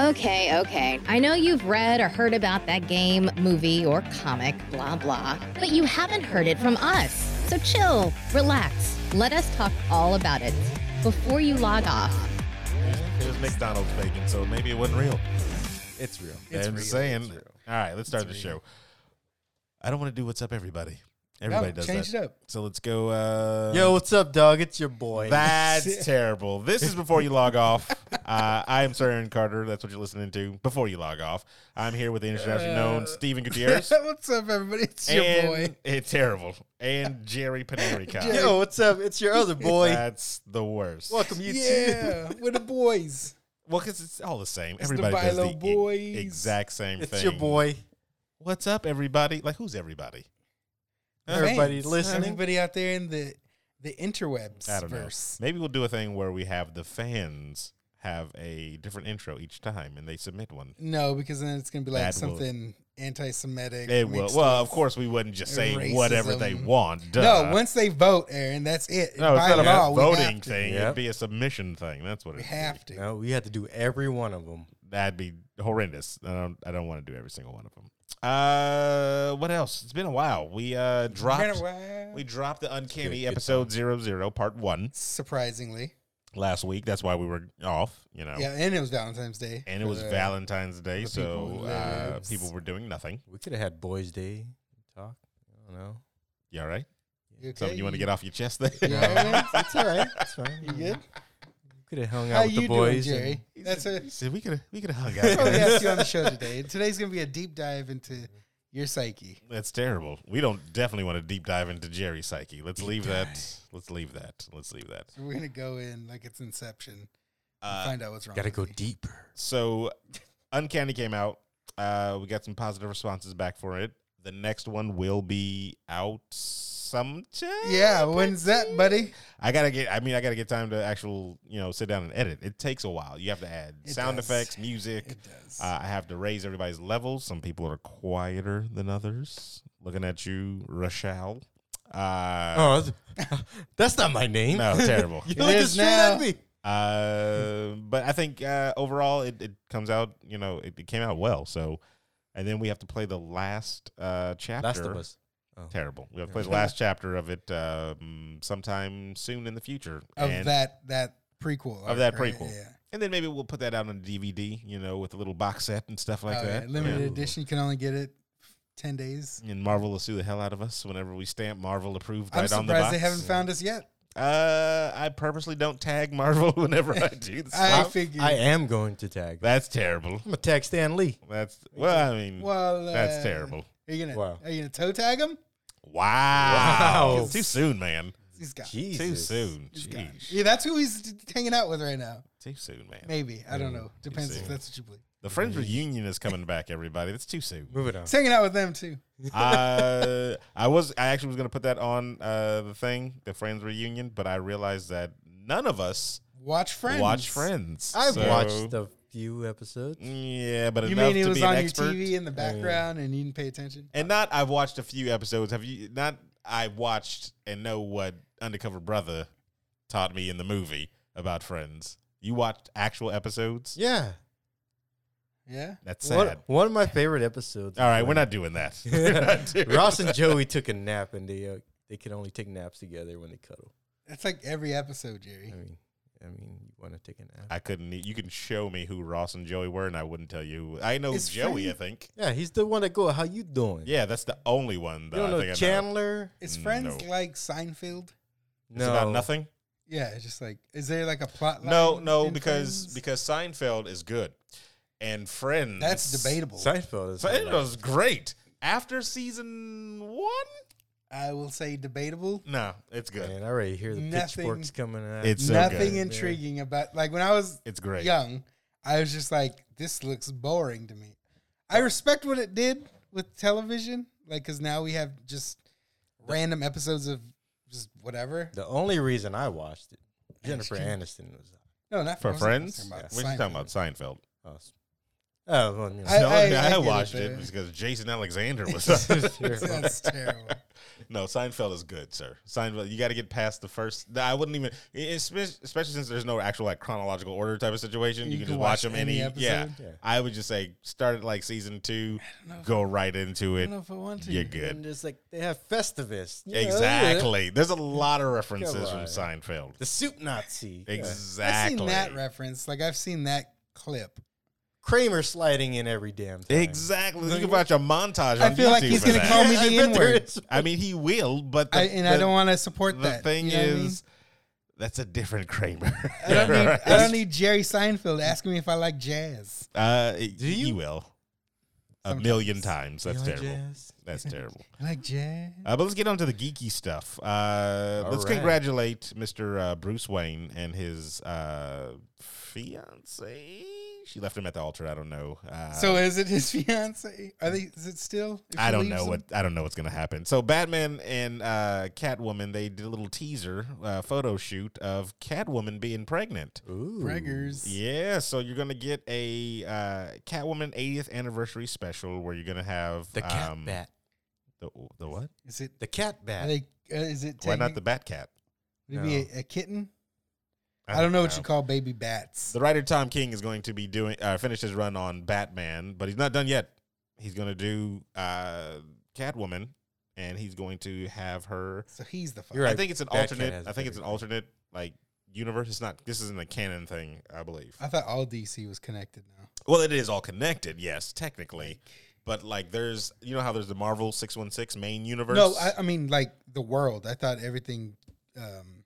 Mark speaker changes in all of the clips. Speaker 1: Okay, okay. I know you've read or heard about that game, movie, or comic, blah, blah, but you haven't heard it from us. So chill, relax, let us talk all about it before you log off.
Speaker 2: It was McDonald's bacon, so maybe it wasn't real. It's real.
Speaker 3: It's
Speaker 2: I'm
Speaker 3: real.
Speaker 2: saying.
Speaker 3: It's real.
Speaker 2: All right, let's start
Speaker 3: It's
Speaker 2: the
Speaker 3: real.
Speaker 2: show. I don't want to do what's up, everybody. Everybody does
Speaker 3: change
Speaker 2: that.
Speaker 3: it up.
Speaker 2: So let's go. Uh,
Speaker 3: Yo, what's up, dog? It's your boy.
Speaker 2: That's terrible. This is before you log off. Uh, I am Sir Aaron Carter. That's what you're listening to. Before you log off, I'm here with the internationally known Stephen Gutierrez.
Speaker 3: what's up, everybody? Uh, It's your
Speaker 2: and-
Speaker 3: boy.
Speaker 2: It's terrible. And Jerry Panarica.
Speaker 3: Yo, what's up? It's your other boy.
Speaker 2: That's the worst.
Speaker 3: Welcome, you yeah, two. we're the boys.
Speaker 2: Well, because it's all the same.
Speaker 3: the
Speaker 2: Everybody does the
Speaker 3: Bilo
Speaker 2: e-
Speaker 3: Boys.
Speaker 2: exact same
Speaker 3: It's
Speaker 2: thing.
Speaker 3: your boy.
Speaker 2: What's up, everybody? Like, who's everybody?
Speaker 3: Everybody
Speaker 4: Fans.
Speaker 3: listening.
Speaker 4: Everybody out there in the the interwebs
Speaker 2: I don't know.
Speaker 4: verse.
Speaker 2: Maybe we'll do a thing where we have the fans have a different intro each time, and they submit one.
Speaker 4: No, because then it's gonna be like
Speaker 2: That will-
Speaker 4: something anti-Semitic.
Speaker 2: They will.
Speaker 4: mixed
Speaker 2: Well,
Speaker 4: with-
Speaker 2: of course, we wouldn't just say
Speaker 4: racism.
Speaker 2: whatever they want. duh.
Speaker 4: No, once they vote, Aaron, that's it.
Speaker 2: no, it's
Speaker 4: By
Speaker 2: not a
Speaker 4: law, we have
Speaker 2: voting
Speaker 4: to.
Speaker 2: thing.
Speaker 3: Yep.
Speaker 2: It'd be a submission thing. That's what
Speaker 4: We
Speaker 2: it.
Speaker 4: have to.
Speaker 3: No, we had to do every one of them.
Speaker 2: That'd be horrendous. I don't. I don't want to do every single one of them. Uh, what else? It's been a while. We uh dropped.
Speaker 4: Been a while.
Speaker 2: We dropped the uncanny
Speaker 3: good time.
Speaker 2: episode zero zero part one
Speaker 4: Surprisingly,
Speaker 2: last week. That's why we were off. You know.
Speaker 4: yeah, and it was Valentine's Day,
Speaker 2: And it
Speaker 4: for
Speaker 2: was
Speaker 4: the-
Speaker 2: Valentine's Day,
Speaker 4: the people
Speaker 2: so
Speaker 4: who
Speaker 2: uh,
Speaker 4: lives.
Speaker 2: people were doing nothing.
Speaker 3: We could have had boys' day talk. I don't know.
Speaker 2: You all right?
Speaker 4: You okay?
Speaker 2: Something you want to get off your chest there?
Speaker 4: You all right?
Speaker 3: it's all right. It's fine.
Speaker 4: You good?
Speaker 3: Could have hung out
Speaker 4: How
Speaker 3: with
Speaker 4: you
Speaker 3: the boys.
Speaker 4: doing, Jerry?
Speaker 3: and-
Speaker 4: That's Oh, a.
Speaker 2: See, we could we could have hung
Speaker 4: That's why we
Speaker 2: out.
Speaker 4: asked you on the show today. Today's gonna be a deep dive into your psyche.
Speaker 2: That's terrible. We don't definitely want to deep dive into Jerry's psyche. Let's leave that. Let's leave that. Let's leave that.
Speaker 4: So we're gonna go in like it's Inception. and
Speaker 2: Uh,
Speaker 4: find out what's wrong.
Speaker 3: Gotta
Speaker 4: with
Speaker 3: go
Speaker 4: you.
Speaker 3: deeper.
Speaker 2: so, Uncanny came out. Uh, we got some positive responses back for it. The next one will be out sometime.
Speaker 4: Yeah, when's that, buddy?
Speaker 2: I gotta get. I mean, I gotta get time to actual, you know, sit down and edit. It takes a while. You have to add
Speaker 4: It
Speaker 2: sound
Speaker 4: does.
Speaker 2: effects, music.
Speaker 4: It does.
Speaker 2: Uh, I have to raise everybody's levels. Some people are quieter than others. Looking at you, Rochelle. Uh,
Speaker 3: Oh, that's- that's not my name.
Speaker 2: No, terrible.
Speaker 3: you
Speaker 4: It
Speaker 3: looking
Speaker 4: is
Speaker 3: straight
Speaker 4: now.
Speaker 3: at me.
Speaker 2: uh, but I think uh, overall it, it comes out, you know, it, it came out well. So, and then we have to play the last uh, chapter.
Speaker 3: Last of Us. Oh.
Speaker 2: Terrible. We have to play the last chapter of it um, sometime soon in the future.
Speaker 4: of
Speaker 2: and,
Speaker 4: that that prequel
Speaker 2: Of that
Speaker 4: arc, right?
Speaker 2: prequel.
Speaker 4: Yeah.
Speaker 2: And then maybe we'll put that out on DVD, you know, with a little box set and stuff like
Speaker 4: Oh, yeah.
Speaker 2: that.
Speaker 4: Limited
Speaker 3: Yeah.
Speaker 4: edition. You can only get it ten days.
Speaker 2: And Marvel will sue the hell out of us whenever we stamp Marvel approved
Speaker 4: I'm
Speaker 2: right on the box.
Speaker 4: surprised they haven't found us yet.
Speaker 2: Uh, I purposely don't tag Marvel whenever I do the
Speaker 4: I
Speaker 2: stuff.
Speaker 4: figured.
Speaker 3: I am going to tag.
Speaker 2: That's terrible.
Speaker 3: I'm gonna tag Stan Lee.
Speaker 2: That's well, I mean,
Speaker 4: well, uh,
Speaker 2: that's terrible.
Speaker 4: Are you gonna
Speaker 3: Wow.
Speaker 4: are you gonna toe tag him?
Speaker 2: Wow,
Speaker 3: Wow.
Speaker 2: too soon, man.
Speaker 4: He's got.
Speaker 3: Jesus.
Speaker 2: Too soon.
Speaker 4: He's got.
Speaker 2: Jeez.
Speaker 4: Yeah, that's who he's t- hanging out with right now.
Speaker 2: Too soon, man.
Speaker 4: Maybe I don't know. Depends
Speaker 2: see.
Speaker 4: if that's what you believe.
Speaker 2: The Friends reunion is coming back, everybody. That's too soon.
Speaker 3: Move it on.
Speaker 4: He's hanging out with them too.
Speaker 2: uh, I was I actually was gonna put that on uh, the thing, the Friends reunion, but I realized that none of us
Speaker 4: Watch Friends.
Speaker 2: watch Friends.
Speaker 3: I've
Speaker 2: So-
Speaker 3: watched a few episodes.
Speaker 2: Yeah, but
Speaker 4: You
Speaker 2: enough
Speaker 4: mean it
Speaker 2: to
Speaker 4: was
Speaker 2: be an
Speaker 4: on your
Speaker 2: expert.
Speaker 4: TV in the background and you didn't pay attention?
Speaker 2: And not I've watched a few episodes. Have you not I watched and know what Undercover Brother taught me in the movie about Friends. You watched actual episodes?
Speaker 3: Yeah.
Speaker 4: Yeah.
Speaker 2: That's sad.
Speaker 3: One, one of my favorite episodes.
Speaker 2: All right, we're not doing that. We're not doing
Speaker 3: Ross and
Speaker 2: that.
Speaker 3: Joey took a nap, and they uh, they could only take naps together when they cuddle.
Speaker 4: That's like every episode, Jerry.
Speaker 3: I mean, I mean, you want to take a nap?
Speaker 2: I couldn't. e- You can show me who Ross and Joey were, and I wouldn't tell you. I know
Speaker 4: It's
Speaker 2: Joey.
Speaker 4: Friends.
Speaker 2: I think.
Speaker 3: Yeah, he's the one that go. How you doing?
Speaker 2: Yeah, that's the only one.
Speaker 3: you
Speaker 2: That
Speaker 3: don't
Speaker 2: I
Speaker 3: know
Speaker 2: think I know.
Speaker 3: Chandler.
Speaker 4: Is Friends
Speaker 2: Mm, No.
Speaker 4: like Seinfeld?
Speaker 2: It's about nothing.
Speaker 4: Yeah, it's just like, is there like a plot? Line
Speaker 2: No, no,
Speaker 4: in
Speaker 2: because
Speaker 4: Friends?
Speaker 2: because Seinfeld is good, and Friends
Speaker 4: that's debatable.
Speaker 3: Seinfeld is
Speaker 2: Seinfeld
Speaker 3: hilarious.
Speaker 2: is great. After season one,
Speaker 4: I will say debatable.
Speaker 2: no, it's good.
Speaker 3: Man, I already hear the
Speaker 4: Nothing.
Speaker 3: pitchforks coming out.
Speaker 2: It's so
Speaker 4: Nothing
Speaker 2: good.
Speaker 4: intriguing about like when I was
Speaker 2: It's great.
Speaker 4: young, I was just like, this looks boring to me. I respect what it did with television, like because now we have just random episodes of just whatever.
Speaker 3: the only reason I watched it. Jennifer Aniston was.
Speaker 4: No, not
Speaker 2: for
Speaker 4: I wasn't
Speaker 2: Friends.
Speaker 4: talking about
Speaker 2: What are you talking about? Seinfeld.
Speaker 4: Seinfeld.
Speaker 3: Awesome. uh, Oh, well, you know.
Speaker 4: I-
Speaker 2: no, I,
Speaker 4: I get it
Speaker 2: watched it,
Speaker 4: there.
Speaker 2: because Jason Alexander was on. it.
Speaker 3: Terrible.
Speaker 4: That's terrible.
Speaker 2: no, Seinfeld is good, sir. Seinfeld, you got to get past the first. I wouldn't even, e, espe- especially since there's no actual like chronological order type of situation. You, can, just watch, them any. yeah,
Speaker 4: episode.
Speaker 3: Yeah.
Speaker 2: I would just say start at like season two,
Speaker 4: don't know if-
Speaker 2: go right into
Speaker 4: I
Speaker 2: it.
Speaker 4: don't know if I want to.
Speaker 2: You're good.
Speaker 3: And it's like they have Festivus. You know,
Speaker 2: Exactly. There's a lot of references
Speaker 3: Come
Speaker 2: from
Speaker 3: on.
Speaker 2: Seinfeld.
Speaker 3: The soup Nazi. Yeah.
Speaker 2: Exactly.
Speaker 4: I've seen that reference. Like I've seen that clip.
Speaker 3: Kramer sliding in every damn time.
Speaker 2: Exactly. Think about your montage.
Speaker 4: I
Speaker 2: on
Speaker 4: feel like
Speaker 2: YouTube
Speaker 4: he's
Speaker 2: for
Speaker 4: gonna
Speaker 2: that.
Speaker 4: call me
Speaker 3: I
Speaker 4: the
Speaker 3: bet
Speaker 4: N
Speaker 3: there
Speaker 4: word,
Speaker 3: is-
Speaker 2: I mean, he will, but the,
Speaker 4: and I
Speaker 2: the-
Speaker 4: don't want to support
Speaker 2: the
Speaker 4: that.
Speaker 2: thing
Speaker 4: you know what I mean?
Speaker 2: is, that's a different Kramer.
Speaker 4: I don't, need, I don't need Jerry Seinfeld asking me if I like jazz.
Speaker 2: Uh, Do you? He will. A
Speaker 4: Sometimes.
Speaker 2: million times. That's
Speaker 3: Young
Speaker 2: terrible.
Speaker 3: Jazz.
Speaker 2: That's terrible.
Speaker 4: I like jazz.
Speaker 2: Uh, but let's get on to the geeky stuff. Uh,
Speaker 3: All
Speaker 2: let's
Speaker 3: right.
Speaker 2: congratulate Mr. Uh, Bruce Wayne and his uh, fiance. She left him at the altar. I don't know. Uh,
Speaker 4: so is it his fiance? Are they? Is it still? if
Speaker 2: I
Speaker 4: she
Speaker 2: don't
Speaker 4: leaves
Speaker 2: know
Speaker 4: him?
Speaker 2: what I don't know what's gonna happen. So Batman and uh, Catwoman they did a little teaser uh, photo shoot of Catwoman being pregnant.
Speaker 3: Ooh.
Speaker 4: Braggers.
Speaker 2: Yeah, so you're gonna get a uh, Catwoman 80th anniversary special where you're gonna have
Speaker 3: The cat
Speaker 2: um,
Speaker 3: bat.
Speaker 2: The, the what?
Speaker 4: Is it?
Speaker 3: The cat
Speaker 4: Are
Speaker 3: bat.
Speaker 4: they? Uh, is it?
Speaker 2: Why not
Speaker 4: technic-
Speaker 2: the Bat Cat?
Speaker 4: Would it be a, a kitten? I don't know what you call baby bats.
Speaker 2: Um, The writer Tom King is going to be doing uh, finish his run on Batman, but he's not done yet. He's going to do uh, Catwoman, and he's going to have her.
Speaker 4: So he's the fuck.
Speaker 3: You're right.
Speaker 2: I think it's an
Speaker 3: Batcat
Speaker 2: alternate.
Speaker 3: has
Speaker 2: I think it's an
Speaker 3: better-
Speaker 2: alternate like universe. It's not. This isn't a canon thing, I believe.
Speaker 4: I thought all DC was connected now.
Speaker 2: Well, it is all connected, yes, technically, but like there's you know how there's the Marvel six one six main universe.
Speaker 4: No, I, I mean like the world. I thought everything, um,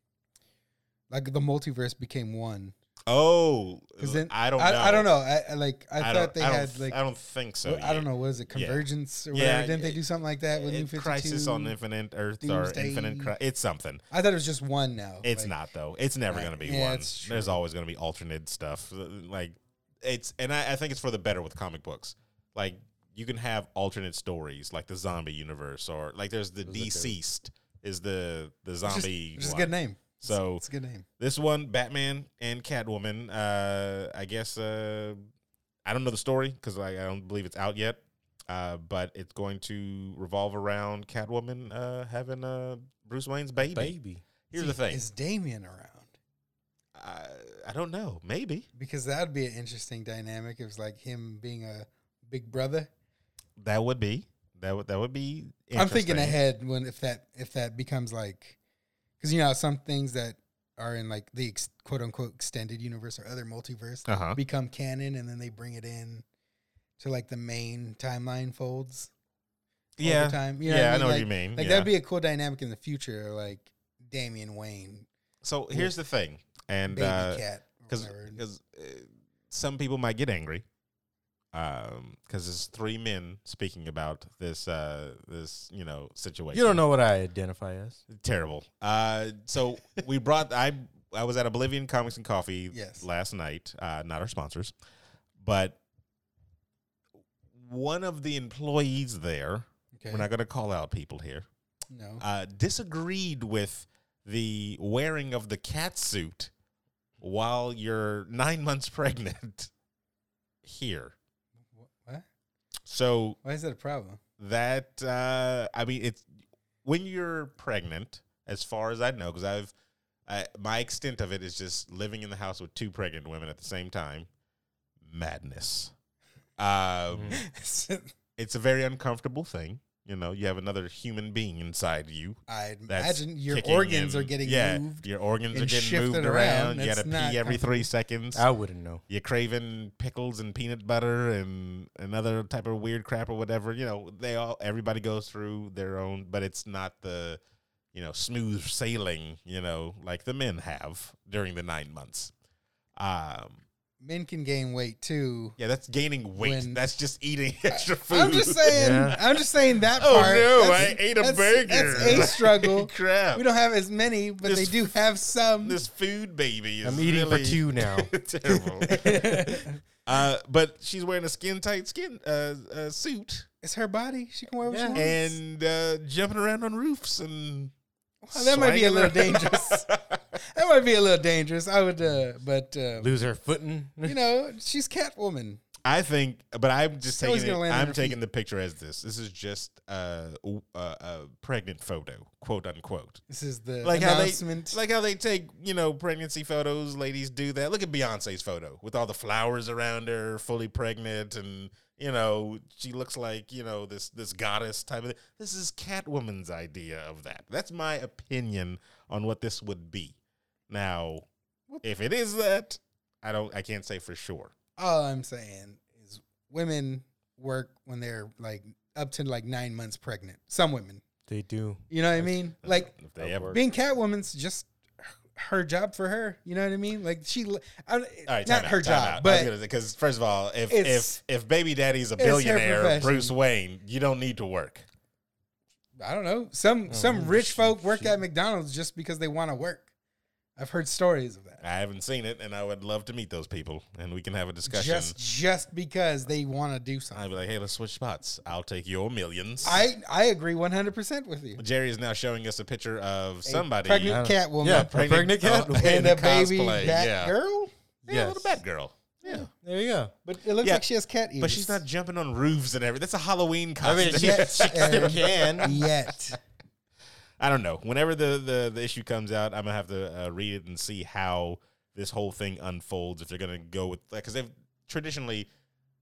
Speaker 4: like the multiverse became one.
Speaker 2: oh,
Speaker 4: 'Cause then-
Speaker 2: I don't.
Speaker 4: I,
Speaker 2: know.
Speaker 4: I don't know. I, I like. I,
Speaker 2: I don't-
Speaker 4: thought they
Speaker 2: I don't-
Speaker 4: had like.
Speaker 2: I don't think so.
Speaker 4: what- I don't
Speaker 2: yet.
Speaker 4: know. What is it?
Speaker 2: Yeah.
Speaker 4: Convergence or
Speaker 2: Yeah,
Speaker 4: whatever? Didn't they
Speaker 2: it-
Speaker 4: do something like that with New
Speaker 2: It-
Speaker 4: Fifty Two?
Speaker 2: Crisis on Infinite Earth or
Speaker 4: Doomsday.
Speaker 2: Infinite. Cri- it's something.
Speaker 4: I thought it was just one now.
Speaker 2: It's
Speaker 4: like,
Speaker 2: not though. It's never
Speaker 4: Right.
Speaker 2: going to be
Speaker 4: Yeah,
Speaker 2: one.
Speaker 4: it's true.
Speaker 2: There's always going to be alternate stuff. Uh, Like it's and I, I think it's for the better with comic books. Like you can have alternate stories, like the zombie universe, or like there's the
Speaker 3: Those are good.
Speaker 2: deceased is the the
Speaker 4: It's just,
Speaker 2: zombie.
Speaker 4: it's just a
Speaker 2: one.
Speaker 4: good name.
Speaker 2: So
Speaker 4: It's a good name.
Speaker 2: this one, Batman and Catwoman. Uh, I guess uh, I don't know the story because I, I don't believe it's out yet. Uh, but it's going to revolve around Catwoman uh, having uh, Bruce Wayne's baby.
Speaker 3: Baby.
Speaker 2: Here's the thing.
Speaker 4: Is Damien around?
Speaker 2: I, I don't know. Maybe
Speaker 4: Because that would be an interesting dynamic. It was like him being a big brother.
Speaker 2: that would be that would that would be.
Speaker 4: I'm thinking
Speaker 2: interesting.
Speaker 4: ahead when if that if that becomes like, because you know how some things that are in like the ex, quote unquote extended universe or other multiverse
Speaker 2: Uh-huh.
Speaker 4: become canon and then they bring it in to like the main timeline folds. over
Speaker 2: Yeah.
Speaker 4: time. You
Speaker 2: yeah, I
Speaker 4: mean?
Speaker 2: know
Speaker 4: like,
Speaker 2: what you mean.
Speaker 4: Like
Speaker 2: yeah.
Speaker 4: that'd be a cool dynamic in the future, like Damian Wayne,
Speaker 2: so here's the thing, and uh,
Speaker 4: baby
Speaker 2: because
Speaker 4: cat, or whatever.
Speaker 2: because uh, some people might get angry, um, because it's three men speaking about this uh this you know situation.
Speaker 3: You don't know what I identify as.
Speaker 2: terrible. Uh, so we brought I I was at Oblivion Comics and Coffee
Speaker 4: Yes.
Speaker 2: last night. Uh, not our sponsors, but one of the employees there.
Speaker 4: Okay.
Speaker 2: We're not going to call out people here.
Speaker 4: no.
Speaker 2: Uh, disagreed with the wearing of the cat suit while you're nine months pregnant here.
Speaker 4: Wh- what?
Speaker 2: So
Speaker 4: Why is that a problem?
Speaker 2: that uh i mean it's when you're pregnant as far as i know because i've I, my extent of it is just living in the house with two pregnant women at the same time madness um it's a very uncomfortable thing you know you have another human being inside you
Speaker 4: I
Speaker 2: that's
Speaker 4: imagine your
Speaker 2: kicking
Speaker 4: organs
Speaker 2: in.
Speaker 4: are getting
Speaker 2: yeah,
Speaker 4: moved.
Speaker 2: your organs are
Speaker 4: and
Speaker 2: getting
Speaker 4: shifted
Speaker 2: moved around,
Speaker 4: around.
Speaker 2: you gotta
Speaker 4: That's not
Speaker 2: pee every three seconds
Speaker 3: I wouldn't know.
Speaker 2: you're craving pickles and peanut butter and another type of weird crap or whatever. You know, they all everybody goes through their own, but it's not the you know smooth sailing. You know, like the men have during the nine months. Um,
Speaker 4: Men can gain weight too.
Speaker 2: yeah, that's gaining weight.
Speaker 4: When-
Speaker 2: that's just eating extra food.
Speaker 4: I'm just saying.
Speaker 3: Yeah.
Speaker 4: I'm just saying that
Speaker 2: Oh
Speaker 4: part.
Speaker 2: no!
Speaker 4: that's-
Speaker 2: I ate a
Speaker 4: that's-
Speaker 2: burger.
Speaker 4: That's a struggle.
Speaker 2: crap.
Speaker 4: we don't have as many, but
Speaker 2: This
Speaker 4: they do have some.
Speaker 2: this food baby is
Speaker 3: I'm eating
Speaker 2: really
Speaker 3: for two now.
Speaker 2: terrible. uh, but she's wearing a skin tight skin uh, uh, suit.
Speaker 4: it's her body. She can wear what she
Speaker 3: Yeah.
Speaker 4: wants.
Speaker 2: and uh, jumping around on roofs and
Speaker 4: Well, that might be a
Speaker 2: swinging
Speaker 4: little
Speaker 2: around.
Speaker 4: dangerous. that might be a little dangerous. I would, uh, but uh,
Speaker 3: Lose her footing.
Speaker 4: you know, she's Catwoman.
Speaker 2: I think, but I'm just
Speaker 4: It's always
Speaker 2: taking it,
Speaker 4: gonna land on
Speaker 2: I'm
Speaker 4: her
Speaker 2: taking
Speaker 4: feet.
Speaker 2: the picture as this. This is just uh, w- uh, a pregnant photo, quote unquote.
Speaker 4: This is the
Speaker 2: Like how they
Speaker 4: announcement.
Speaker 2: like how they take you know pregnancy photos. Ladies do that. Look at Beyonce's photo with all the flowers around her, fully pregnant, and you know she looks like you know this this goddess type of. Thing. This is Catwoman's idea of that. That's my opinion on what this would be. Now, if it is that, I don't. I can't say for sure.
Speaker 4: all I'm saying is women work when they're like up to like nine months pregnant. Some women.
Speaker 3: They do.
Speaker 4: You know what I mean? Like
Speaker 2: if
Speaker 3: That
Speaker 2: they ever.
Speaker 3: works.
Speaker 4: being Catwoman's just her job for her. You know what I mean? Like she, I,
Speaker 2: All right,
Speaker 4: not her job, but
Speaker 2: because first of all, if
Speaker 4: It's-
Speaker 2: if if baby daddy's a
Speaker 4: it's her
Speaker 2: billionaire,
Speaker 4: profession.
Speaker 2: Bruce Wayne, you don't need to work.
Speaker 4: I don't know. Some some
Speaker 3: Oh,
Speaker 4: rich
Speaker 3: shit,
Speaker 4: folk work
Speaker 3: shit.
Speaker 4: at McDonald's just because they want to work. I've heard stories of that.
Speaker 2: I haven't seen it, and I would love to meet those people, and we can have a discussion.
Speaker 4: Just just because they want to do something.
Speaker 2: I'd be like, "Hey, let's switch spots. I'll take your millions.
Speaker 4: I I agree 100% with you.
Speaker 2: Jerry is now showing us a picture of
Speaker 4: A
Speaker 2: somebody,
Speaker 4: pregnant Catwoman
Speaker 3: Yeah, pregnant cat.
Speaker 2: oh, in
Speaker 4: and a baby
Speaker 2: cosplay,
Speaker 4: bat
Speaker 2: yeah.
Speaker 4: girl.
Speaker 2: yeah, a little
Speaker 3: Yes.
Speaker 2: bat girl. Yeah,
Speaker 3: There you go.
Speaker 4: But it looks
Speaker 2: Yeah,
Speaker 4: like she has cat ears.
Speaker 2: but she's not jumping on roofs and everything. That's a Halloween
Speaker 3: I
Speaker 2: costume.
Speaker 3: mean, she, she
Speaker 4: Um,
Speaker 3: can.
Speaker 4: yet.
Speaker 2: I don't know. Whenever the, the, the issue comes out, I'm gonna have to uh, read it and see how this whole thing unfolds. If they're gonna go with because they've traditionally,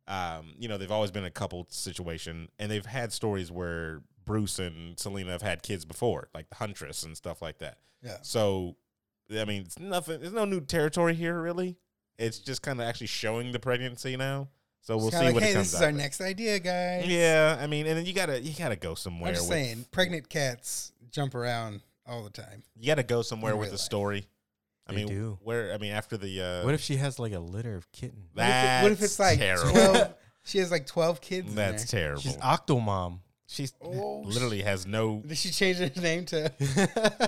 Speaker 2: um, you know, they've always been a couple situation, and they've had stories where Bruce and Selena have had kids before, like the Huntress and stuff like that.
Speaker 4: Yeah.
Speaker 2: So, I mean, it's nothing. There's no new territory here, really. It's just kind of actually showing the pregnancy now. So we'll
Speaker 4: It's
Speaker 2: see
Speaker 4: kinda like,
Speaker 2: what
Speaker 4: hey,
Speaker 2: it comes
Speaker 4: this is
Speaker 2: out
Speaker 4: our
Speaker 2: with.
Speaker 4: next idea, guys.
Speaker 2: Yeah, I mean, and then you gotta you gotta go somewhere.
Speaker 4: I'm just
Speaker 2: with-
Speaker 4: saying, pregnant cats jump around all the time.
Speaker 2: you got to go somewhere
Speaker 4: In
Speaker 2: with
Speaker 4: real
Speaker 2: a
Speaker 4: life.
Speaker 2: story. I
Speaker 3: They
Speaker 2: mean,
Speaker 3: do.
Speaker 2: where I mean, after the uh,
Speaker 3: What if she has like a litter of kittens?
Speaker 4: What if, it- what if
Speaker 2: That's
Speaker 4: it's like
Speaker 2: terrible.
Speaker 4: twelve? She has like twelve kids. in
Speaker 2: that's
Speaker 4: there.
Speaker 2: terrible.
Speaker 3: She's Octomom.
Speaker 2: She's
Speaker 4: Oh,
Speaker 2: literally has no
Speaker 4: Did she change her name to?
Speaker 2: no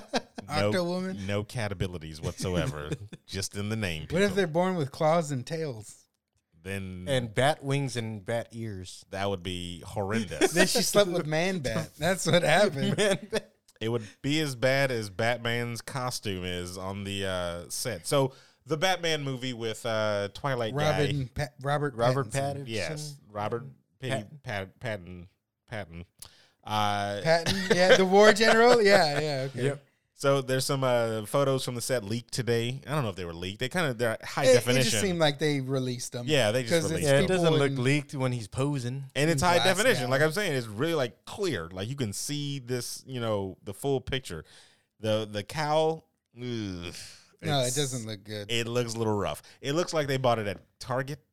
Speaker 4: Octowoman?
Speaker 2: no cat abilities whatsoever, just in the name.
Speaker 4: What if
Speaker 2: people.
Speaker 4: they're born with claws and tails?
Speaker 2: then
Speaker 3: and bat wings and bat ears.
Speaker 2: that would be horrendous.
Speaker 4: Then she slept with man bat. That's what happened.
Speaker 3: Man,
Speaker 2: it would be as bad as Batman's costume is on the uh, set. So the Batman movie with uh, Twilight guy,
Speaker 4: Robin, pa- Robert,
Speaker 3: Robert
Speaker 4: Pattinson.
Speaker 3: Pattinson.
Speaker 2: yes, Robert P-
Speaker 3: Patton.
Speaker 2: Pat- Patton Patton. Uh,
Speaker 4: Patton, yeah, the war general. Yeah, yeah, okay.
Speaker 3: Yep.
Speaker 2: So there's some uh, photos from the set leaked today. I don't know if they were leaked. They kind of they're high
Speaker 4: It, it
Speaker 2: definition.
Speaker 4: just seemed like they released them.
Speaker 2: yeah, they just
Speaker 4: 'cause
Speaker 2: released.
Speaker 3: Yeah,
Speaker 2: it.
Speaker 3: it doesn't
Speaker 4: people
Speaker 3: look
Speaker 4: in-
Speaker 3: leaked when he's posing.
Speaker 2: And it's high
Speaker 4: glass
Speaker 2: definition.
Speaker 4: now.
Speaker 2: Like I'm saying, it's really like clear. Like you can see this, you know, the full picture. The the cowl. ugh,
Speaker 4: No,
Speaker 2: it's-
Speaker 4: it doesn't look good.
Speaker 2: It looks a little rough. It looks like they bought it at Target.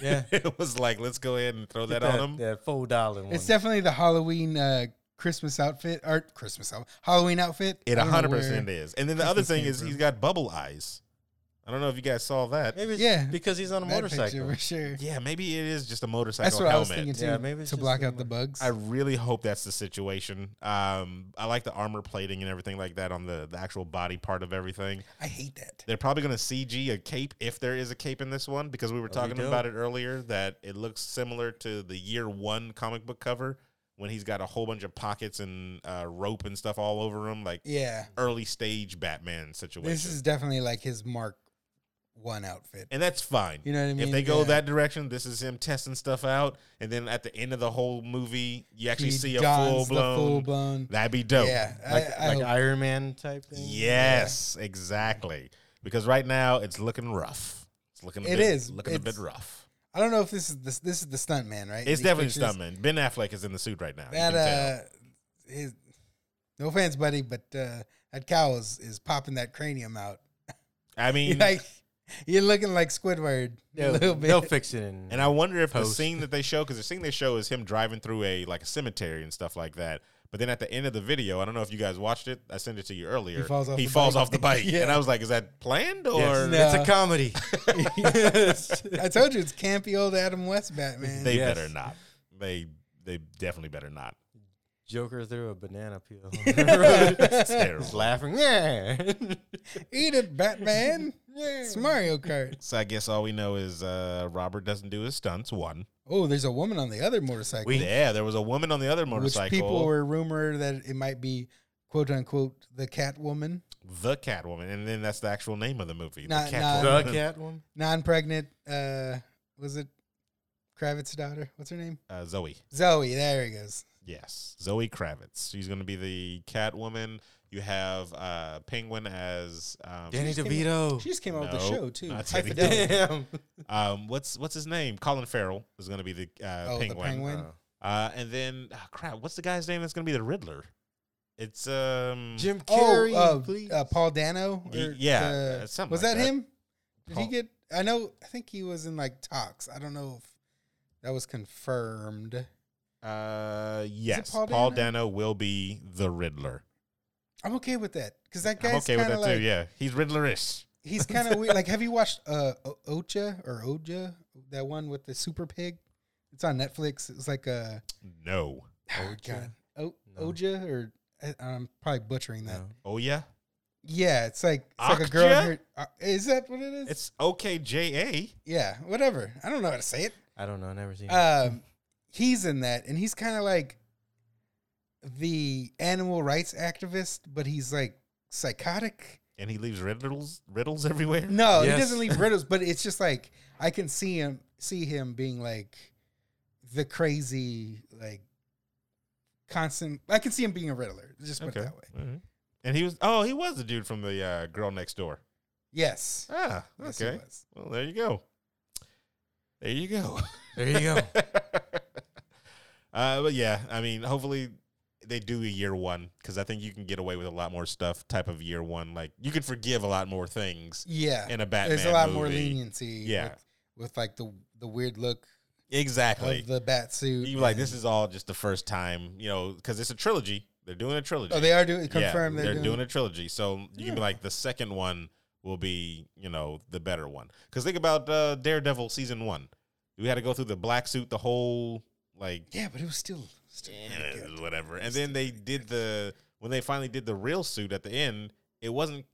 Speaker 3: Yeah.
Speaker 2: it was like let's go ahead and throw that,
Speaker 3: that,
Speaker 2: on them.
Speaker 3: That four dollar one.
Speaker 4: It's definitely the Halloween uh, Christmas outfit or Christmas outfit, Halloween outfit.
Speaker 2: It
Speaker 4: I don't know
Speaker 2: 100 percent
Speaker 4: where-
Speaker 2: is. And then the other
Speaker 4: Christmas
Speaker 2: thing
Speaker 4: came
Speaker 2: is
Speaker 4: from.
Speaker 2: he's got bubble eyes. I don't know if you guys saw that.
Speaker 3: maybe it's
Speaker 4: Yeah.
Speaker 3: because he's on a
Speaker 4: that picture
Speaker 3: motorcycle.
Speaker 4: for sure.
Speaker 2: Yeah, maybe it is just a motorcycle
Speaker 4: That's what I was
Speaker 2: helmet.
Speaker 4: thinking too,
Speaker 3: Yeah, maybe it's
Speaker 4: to
Speaker 3: just
Speaker 4: block
Speaker 3: the
Speaker 4: out the bugs.
Speaker 2: I really hope that's the situation. Um, I like the armor plating and everything like that on the, the actual body part of everything.
Speaker 4: I hate that.
Speaker 2: They're probably going to CG a cape if there is a cape in this one because we were
Speaker 3: they
Speaker 2: talking
Speaker 3: do.
Speaker 2: about it earlier that it looks similar to the year one comic book cover when he's got a whole bunch of pockets and uh, rope and stuff all over him, like
Speaker 4: Yeah,
Speaker 2: early stage Batman situation.
Speaker 4: this is definitely like his Mark One outfit.
Speaker 2: and that's fine.
Speaker 4: You know what I mean?
Speaker 2: If they go
Speaker 4: Yeah.
Speaker 2: that direction, this is him testing stuff out, and then at the end of the whole movie, you actually
Speaker 4: He
Speaker 2: see a
Speaker 4: dons the
Speaker 2: full blown.
Speaker 4: full-blown-
Speaker 2: That'd be dope.
Speaker 4: Yeah, I-
Speaker 3: Like,
Speaker 4: I
Speaker 3: like
Speaker 4: hope-
Speaker 3: Iron Man type thing.
Speaker 2: Yes, exactly. Because right now it's looking rough. It's looking. A
Speaker 4: It
Speaker 2: bit,
Speaker 4: is.
Speaker 2: looking a
Speaker 4: It's-
Speaker 2: bit rough.
Speaker 4: I don't know if this is this this is the stunt man, right?
Speaker 2: It's
Speaker 4: These
Speaker 2: definitely
Speaker 4: pictures.
Speaker 2: stuntman. Ben Affleck is in the suit right now. You
Speaker 4: That
Speaker 2: can tell.
Speaker 4: uh, his, no offense, buddy, but uh, that cow is is popping that cranium out.
Speaker 2: I mean,
Speaker 4: like you're looking like Squidward a
Speaker 3: They'll,
Speaker 4: little bit.
Speaker 3: they'll fix it. In,
Speaker 2: and I wonder if the
Speaker 3: Post.
Speaker 2: scene that they show, because the scene they show is him driving through a like a cemetery and stuff like that. But then at the end of the video, I don't know if you guys watched it. I sent it to you earlier.
Speaker 4: He falls off the bike.
Speaker 2: off the bike,
Speaker 4: Yeah.
Speaker 2: and I was like, "Is that planned or?"
Speaker 3: Yes.
Speaker 4: No.
Speaker 3: it's a comedy.
Speaker 4: I told you it's campy old Adam West Batman.
Speaker 2: They
Speaker 3: Yes.
Speaker 2: better not. They they definitely better not.
Speaker 3: Joker threw a banana peel. on the road. He's laughing. Yeah.
Speaker 4: Eat it, Batman.
Speaker 3: Yeah.
Speaker 4: It's Mario Kart.
Speaker 2: So I guess all we know is uh, Robert doesn't do his stunts. One,
Speaker 4: Oh, there's a woman on the other motorcycle.
Speaker 3: We-
Speaker 2: yeah, there was a woman on the other
Speaker 4: which
Speaker 2: motorcycle.
Speaker 4: people were rumored that it might be quote unquote the Catwoman,
Speaker 2: the Catwoman, and then that's the actual name of the Uh, movie.
Speaker 4: Not-
Speaker 2: the
Speaker 4: not-
Speaker 2: Catwoman.
Speaker 3: The cat one.
Speaker 4: non pregnant. Uh, was it Kravitz's daughter. What's her name?
Speaker 2: Uh, Zoe.
Speaker 4: Zoe. There he goes.
Speaker 2: Yes, Zoe Kravitz. She's going to be the Catwoman. You have uh, Penguin as um,
Speaker 3: Danny
Speaker 4: came-
Speaker 3: DeVito.
Speaker 4: She just came out with the
Speaker 2: No,
Speaker 4: show too.
Speaker 2: not
Speaker 4: High
Speaker 2: Teddy.
Speaker 4: Fidelity.
Speaker 3: Damn. Uh,
Speaker 2: um, what's what's his name? Colin Farrell is going to be the uh,
Speaker 4: oh,
Speaker 2: Penguin.
Speaker 4: the penguin.
Speaker 3: Uh,
Speaker 2: Uh, and then ah, crap, what's the guy's name that's going to be the Riddler? It's um
Speaker 3: Jim Carrey,
Speaker 4: oh,
Speaker 3: please.
Speaker 4: uh, uh, Paul Dano.
Speaker 2: Y-
Speaker 4: or
Speaker 2: yeah,
Speaker 4: the-
Speaker 2: uh, something
Speaker 4: was
Speaker 2: like
Speaker 4: that,
Speaker 2: that.
Speaker 4: him? Did
Speaker 2: Paul-
Speaker 4: he get? I know. I think he was in like talks. I don't know if that was confirmed.
Speaker 2: uh yes,
Speaker 4: Paul
Speaker 2: Paul,
Speaker 4: Dano?
Speaker 2: Dano? will be the Riddler.
Speaker 4: I'm okay with that because that
Speaker 2: I'm
Speaker 4: guy's
Speaker 2: okay with
Speaker 4: kind
Speaker 2: that
Speaker 4: of like
Speaker 2: too. Yeah, he's Riddlerish.
Speaker 4: he's kind of weird. Like, have you watched uh O- Ocha or Oja? That one with the super pig. It's on Netflix. It's like a
Speaker 2: No.
Speaker 4: oh god, o-
Speaker 3: No.
Speaker 4: Oja or I- I'm probably butchering that.
Speaker 3: No.
Speaker 2: Oh yeah,
Speaker 4: Yeah, it's like it's like a girl.
Speaker 2: Okja?
Speaker 4: in Her, uh, is that what it is?
Speaker 2: it's OKJA.
Speaker 4: yeah, whatever. I don't know how to say it.
Speaker 3: I don't know. Never seen. it.
Speaker 4: um, he's in that, and he's kind of like the animal rights activist, but he's like psychotic.
Speaker 2: and he leaves riddles riddles everywhere.
Speaker 4: No,
Speaker 3: Yes.
Speaker 4: he doesn't leave riddles, but it's just like I can see him see him being like the crazy, like constant. I can see him being a riddler. Just put it that way.
Speaker 2: Alright. And he was oh he was the dude from the uh, girl next door.
Speaker 4: Yes.
Speaker 2: Ah,
Speaker 4: Yes, he
Speaker 2: okay.
Speaker 4: was.
Speaker 2: Well, there you go. There you go.
Speaker 3: there you go.
Speaker 2: uh, but yeah, I mean, hopefully they do a year one because I think you can get away with a lot more stuff. Type of year one, like you can forgive a lot more things
Speaker 4: Yeah.
Speaker 2: in a Batman.
Speaker 4: There's a lot
Speaker 2: movie.
Speaker 4: more leniency.
Speaker 2: Yeah.
Speaker 4: With, with like the the weird look
Speaker 2: Exactly.
Speaker 4: of the bat suit.
Speaker 2: You like
Speaker 4: and-
Speaker 2: this is all just the first time, you know, because it's a trilogy. They're doing a trilogy.
Speaker 4: Oh, they are doing
Speaker 2: Yeah,
Speaker 4: confirmed.
Speaker 2: they're, doing,
Speaker 4: it.
Speaker 2: a trilogy. So you can be like the second one will be, you know, the better one. Because think about uh, Daredevil season one. We had to go through the black suit, the whole like
Speaker 4: Yeah, but it was still, still pretty
Speaker 2: eh,
Speaker 4: good.
Speaker 2: whatever. And then they did the when they finally did the real suit at the end. It wasn't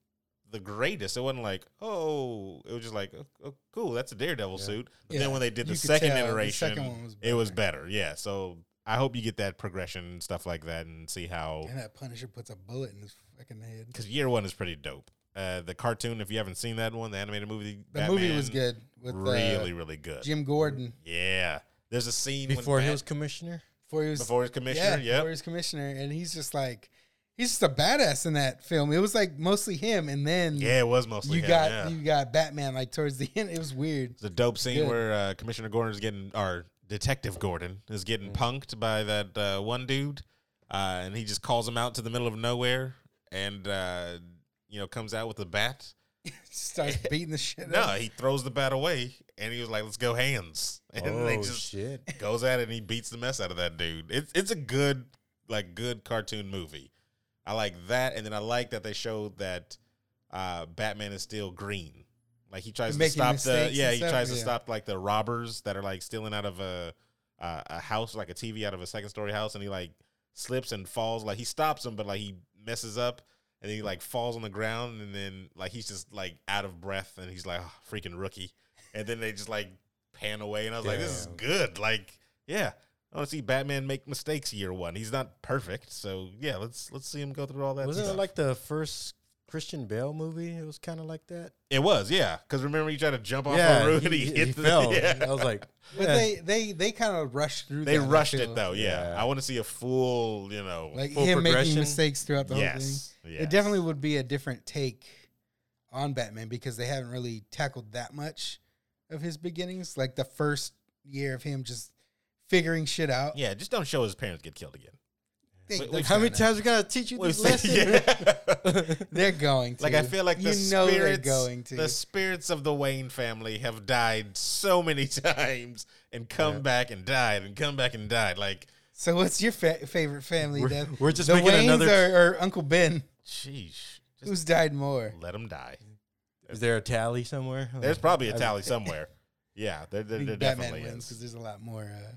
Speaker 2: the greatest. It wasn't like oh, it was just like oh, oh, cool. That's a Daredevil suit. But
Speaker 4: Yeah,
Speaker 2: then when they did
Speaker 4: you
Speaker 2: the
Speaker 4: could
Speaker 2: second
Speaker 4: tell the
Speaker 2: iteration,
Speaker 4: second one was
Speaker 2: it was
Speaker 4: better.
Speaker 2: better. Yeah. So I hope you get that progression and stuff like that, and see how
Speaker 4: And that Punisher puts a bullet in his fucking head.
Speaker 2: because year one is pretty dope. Uh, the cartoon, if you haven't seen that one, the animated movie,
Speaker 4: The movie was
Speaker 2: Batman,
Speaker 4: good with uh,
Speaker 2: really, really good.
Speaker 4: Jim Gordon
Speaker 2: yeah, there's a scene when
Speaker 3: Before he
Speaker 2: Bat-
Speaker 3: was commissioner.
Speaker 4: before he was
Speaker 2: before his commissioner.
Speaker 4: yeah, before he
Speaker 2: yep.
Speaker 4: was commissioner, and he's just like he's just a badass in that film. It was like mostly him, and then
Speaker 2: yeah, it was mostly
Speaker 4: you
Speaker 2: him,
Speaker 4: got
Speaker 2: yeah.
Speaker 4: you got Batman like towards the end. It was weird.
Speaker 2: It's a dope scene
Speaker 4: Good.
Speaker 2: where uh, Commissioner Gordon is getting, or Detective Gordon is
Speaker 4: Mm.
Speaker 2: getting punked by that uh, one dude, uh, and he just calls him out to the middle of nowhere, and uh, you know comes out with a bat.
Speaker 4: Starts beating the shit.
Speaker 2: No,
Speaker 4: out.
Speaker 2: he throws the bat away, and he was like, "Let's go hands," and they
Speaker 3: Oh,
Speaker 2: just
Speaker 3: shit.
Speaker 2: goes at it and he beats the mess out of that dude. It's it's a good like good cartoon movie. I like that, and then I like that they showed that uh, Batman is still green. Like he tries to
Speaker 4: Making
Speaker 2: stop the
Speaker 4: mistakes
Speaker 2: yeah
Speaker 4: and
Speaker 2: he
Speaker 4: stuff,
Speaker 2: tries to
Speaker 4: yeah.
Speaker 2: stop like the robbers that are like stealing out of a uh, a house like a TV out of a second story house, and he like slips and falls. Like he stops them, but like he messes up. And then he like falls on the ground, and then like he's just like out of breath, and he's like "Ah, freaking rookie. And then they just like pan away, and I was like, this is
Speaker 3: Damn.
Speaker 2: good. Like, yeah, I want to see Batman make mistakes year one. He's not perfect, so yeah, let's let's see him go through all that.
Speaker 3: Wasn't
Speaker 2: stuff.
Speaker 3: it like the first Christian Bale movie? It was kind of like that.
Speaker 2: it was? Yeah, because remember he tried to jump off a roof and he, hit the,
Speaker 3: fell.
Speaker 2: yeah.
Speaker 3: I was like,
Speaker 4: but
Speaker 3: yeah.
Speaker 4: they they they kind of rushed through.
Speaker 2: They
Speaker 4: that, I
Speaker 2: rushed
Speaker 4: feel.
Speaker 2: it though. Yeah,
Speaker 3: Yeah.
Speaker 2: I want to see a full, you know,
Speaker 4: like
Speaker 3: full
Speaker 4: him making
Speaker 3: progression.
Speaker 4: mistakes throughout the whole thing.
Speaker 2: yes, yes,
Speaker 4: It definitely would be a different take on Batman because they haven't really tackled that much of his beginnings. Like the first year of him just figuring shit out.
Speaker 2: Yeah, just don't show his parents get killed again.
Speaker 4: They-
Speaker 2: Wait,
Speaker 4: they've
Speaker 3: how many
Speaker 4: done
Speaker 3: times we gotta teach you
Speaker 2: Well,
Speaker 3: this
Speaker 2: see,
Speaker 3: lesson?
Speaker 2: yeah.
Speaker 4: that. They're going to.
Speaker 2: Like I feel like the
Speaker 4: you know they're
Speaker 2: spirits,
Speaker 4: going to.
Speaker 2: the spirits of the Wayne family have died so many times and come
Speaker 3: Yeah.
Speaker 2: back and died and come back and died. Like,
Speaker 4: so what's your fa- favorite family
Speaker 3: We're-
Speaker 4: death?
Speaker 3: we're just
Speaker 4: the
Speaker 3: making
Speaker 4: Waynes
Speaker 3: another-
Speaker 4: or, or Uncle Ben,
Speaker 2: sheesh, just
Speaker 4: who's died more.
Speaker 2: let them die.
Speaker 3: Is there a tally somewhere?
Speaker 2: There's probably a
Speaker 3: I-
Speaker 2: tally somewhere. Yeah, there, there,
Speaker 4: I think
Speaker 2: there
Speaker 4: Batman
Speaker 2: definitely
Speaker 4: wins because
Speaker 2: is.
Speaker 4: there's a lot more. Uh,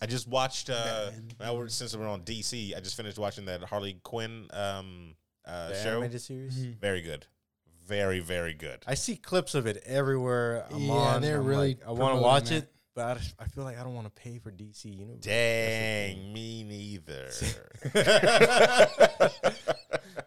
Speaker 2: I just watched. Uh,
Speaker 4: Batman.
Speaker 2: now we're, since we're on DC, I just finished watching that Harley Quinn um, uh,
Speaker 3: the
Speaker 2: show.
Speaker 3: animated series.
Speaker 4: Mm-hmm.
Speaker 2: Very good, very very good.
Speaker 3: I see clips of it everywhere. I'm
Speaker 4: Yeah,
Speaker 3: on.
Speaker 4: they're
Speaker 3: I'm
Speaker 4: really
Speaker 3: like, I want to
Speaker 4: promoting
Speaker 3: watch
Speaker 4: that.
Speaker 3: it, but I, just- I feel like I don't want to pay for DC Universe.
Speaker 2: Dang, me neither.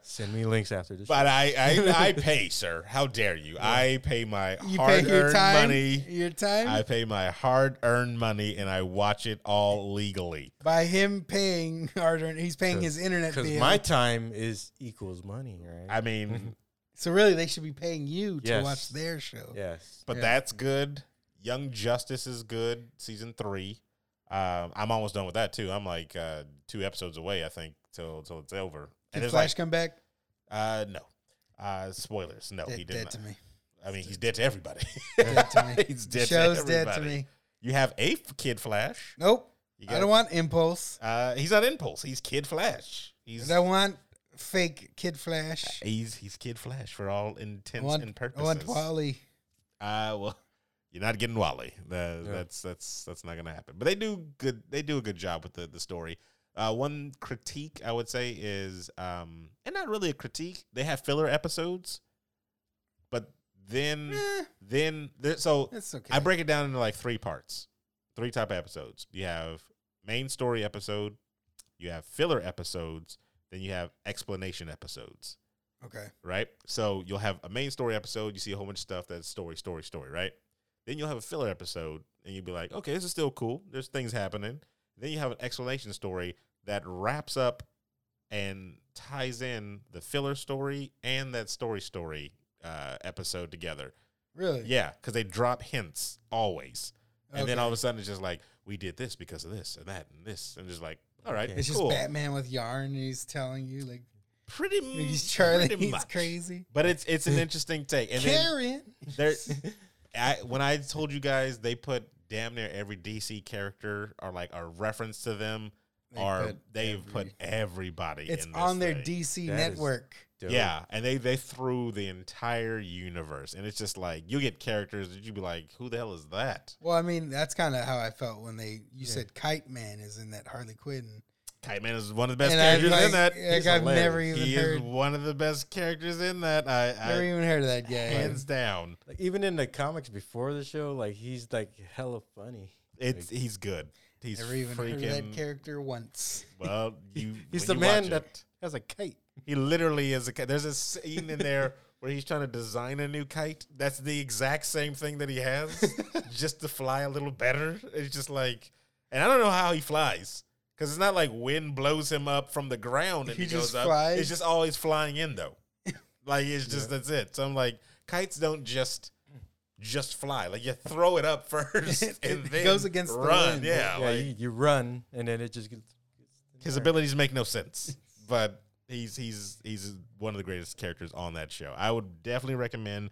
Speaker 3: Send me links after this.
Speaker 2: but I, I, I pay, sir. How dare you? I pay my
Speaker 4: You
Speaker 2: hard
Speaker 4: pay your
Speaker 2: earned
Speaker 4: time.
Speaker 2: money.
Speaker 4: Your time
Speaker 2: I pay my hard earned money and I watch it all legally.
Speaker 4: by him paying Arden, he's paying his internet
Speaker 3: Because
Speaker 4: bill.
Speaker 3: my time is equals money, right?
Speaker 2: I mean,
Speaker 4: so really, they should be paying you to
Speaker 3: Yes.
Speaker 4: watch their show.
Speaker 3: yes.
Speaker 2: but
Speaker 4: Yeah.
Speaker 2: that's good. Young Justice is good, season three. Um, I'm almost done with that too. I'm like uh, two episodes away, I think, till till it's over. And
Speaker 4: Did
Speaker 2: it's
Speaker 4: Flash
Speaker 2: like,
Speaker 4: come back?
Speaker 2: uh, no, uh, spoilers. No, he did
Speaker 4: Dead, dead
Speaker 2: not.
Speaker 4: to me.
Speaker 2: I mean, he's dead to everybody.
Speaker 4: Dead to me.
Speaker 2: he's
Speaker 4: The
Speaker 2: dead
Speaker 4: show's
Speaker 2: to
Speaker 4: dead
Speaker 2: everybody.
Speaker 4: to me.
Speaker 2: You have a f- Kid Flash.
Speaker 4: Nope.
Speaker 2: You
Speaker 4: I don't want impulse.
Speaker 2: Uh, he's not Impulse. He's Kid Flash. He's
Speaker 4: I want fake Kid Flash.
Speaker 2: he's he's Kid Flash for all
Speaker 4: I
Speaker 2: intents and
Speaker 4: want, I
Speaker 2: purposes.
Speaker 4: want Wally.
Speaker 2: Uh, well, you're not getting Wally. Uh, That's that's that's not gonna happen. But they do good. They do a good job with the the story. Uh, one critique I would say is, um, and not really a critique. They have filler episodes, but then
Speaker 4: Eh,
Speaker 2: then there, so
Speaker 4: that's okay.
Speaker 2: I break it down into like three parts, three type of episodes. You have main story episode, you have filler episodes, then you have explanation episodes,
Speaker 4: okay.
Speaker 2: right? So you'll have a main story episode, you see a whole bunch of stuff that's story, story, story, right? Then you'll have a filler episode, and you'll be like, okay, this is still cool. There's things happening. Then you have an explanation story that wraps up and ties in the filler story and that story story uh, episode together.
Speaker 4: Really?
Speaker 2: Yeah, because they drop hints always, and then
Speaker 4: Okay.
Speaker 2: all of a sudden it's just like we did this because of this and that and this, and just like all right,
Speaker 3: Okay.
Speaker 4: It's just
Speaker 2: cool.
Speaker 4: Batman with yarn. And he's telling you like
Speaker 2: Pretty, m-
Speaker 4: he's Charlie.
Speaker 2: pretty
Speaker 4: He's
Speaker 2: much.
Speaker 4: crazy.
Speaker 2: but it's it's an interesting take. And then
Speaker 4: Karen.
Speaker 2: there, I, when I told you guys they put damn near every DC character or like a reference to them,
Speaker 4: They
Speaker 2: or
Speaker 4: put
Speaker 2: they've
Speaker 4: every-
Speaker 2: put everybody.
Speaker 4: It's
Speaker 2: in this
Speaker 4: on their
Speaker 2: thing.
Speaker 4: DC
Speaker 3: That is-
Speaker 4: network.
Speaker 3: Dope.
Speaker 2: Yeah, and they they threw the entire universe, and it's just like you get characters that you be like, who the hell is that?
Speaker 4: Well, I mean, that's kind of how I felt when they
Speaker 3: Yeah.
Speaker 4: you said Kite Man is in that Harley Quinn.
Speaker 2: Kite Man is one of the best
Speaker 4: and I've,
Speaker 2: characters
Speaker 4: like,
Speaker 2: in that.
Speaker 4: like,
Speaker 3: He's
Speaker 4: I've never
Speaker 3: hilarious.
Speaker 4: even
Speaker 2: He
Speaker 4: heard,
Speaker 2: is one of the best characters in that. I,
Speaker 4: never
Speaker 2: I
Speaker 4: even heard of that guy.
Speaker 2: hands down,
Speaker 3: Like even in the comics before the show, like he's like hella funny.
Speaker 2: it's he's good. He's
Speaker 4: never even
Speaker 2: freaking.
Speaker 4: heard of that character once.
Speaker 2: Well, you.
Speaker 3: He's
Speaker 2: when
Speaker 3: the
Speaker 2: you watch
Speaker 3: man
Speaker 2: it,
Speaker 3: that has a kite.
Speaker 2: he literally is. A, ki- there's a scene in there where he's trying to design a new kite. That's the exact same thing that he has, just to fly a little better. It's just like, and I don't know how he flies. Cause it's not like wind blows him up from the ground and
Speaker 4: He
Speaker 2: he,
Speaker 4: just
Speaker 2: goes up.
Speaker 4: flies?
Speaker 2: It's just always flying in though. Like it's just that's it. So I'm like, kites don't just just fly. Like you throw it up first
Speaker 4: It
Speaker 2: and then
Speaker 4: goes against the
Speaker 2: run.
Speaker 4: wind.
Speaker 2: yeah,
Speaker 3: yeah,
Speaker 2: like
Speaker 3: you, you run and then it just gets.
Speaker 2: his abilities make no sense. But he's he's he's one of the greatest characters on that show. I would definitely recommend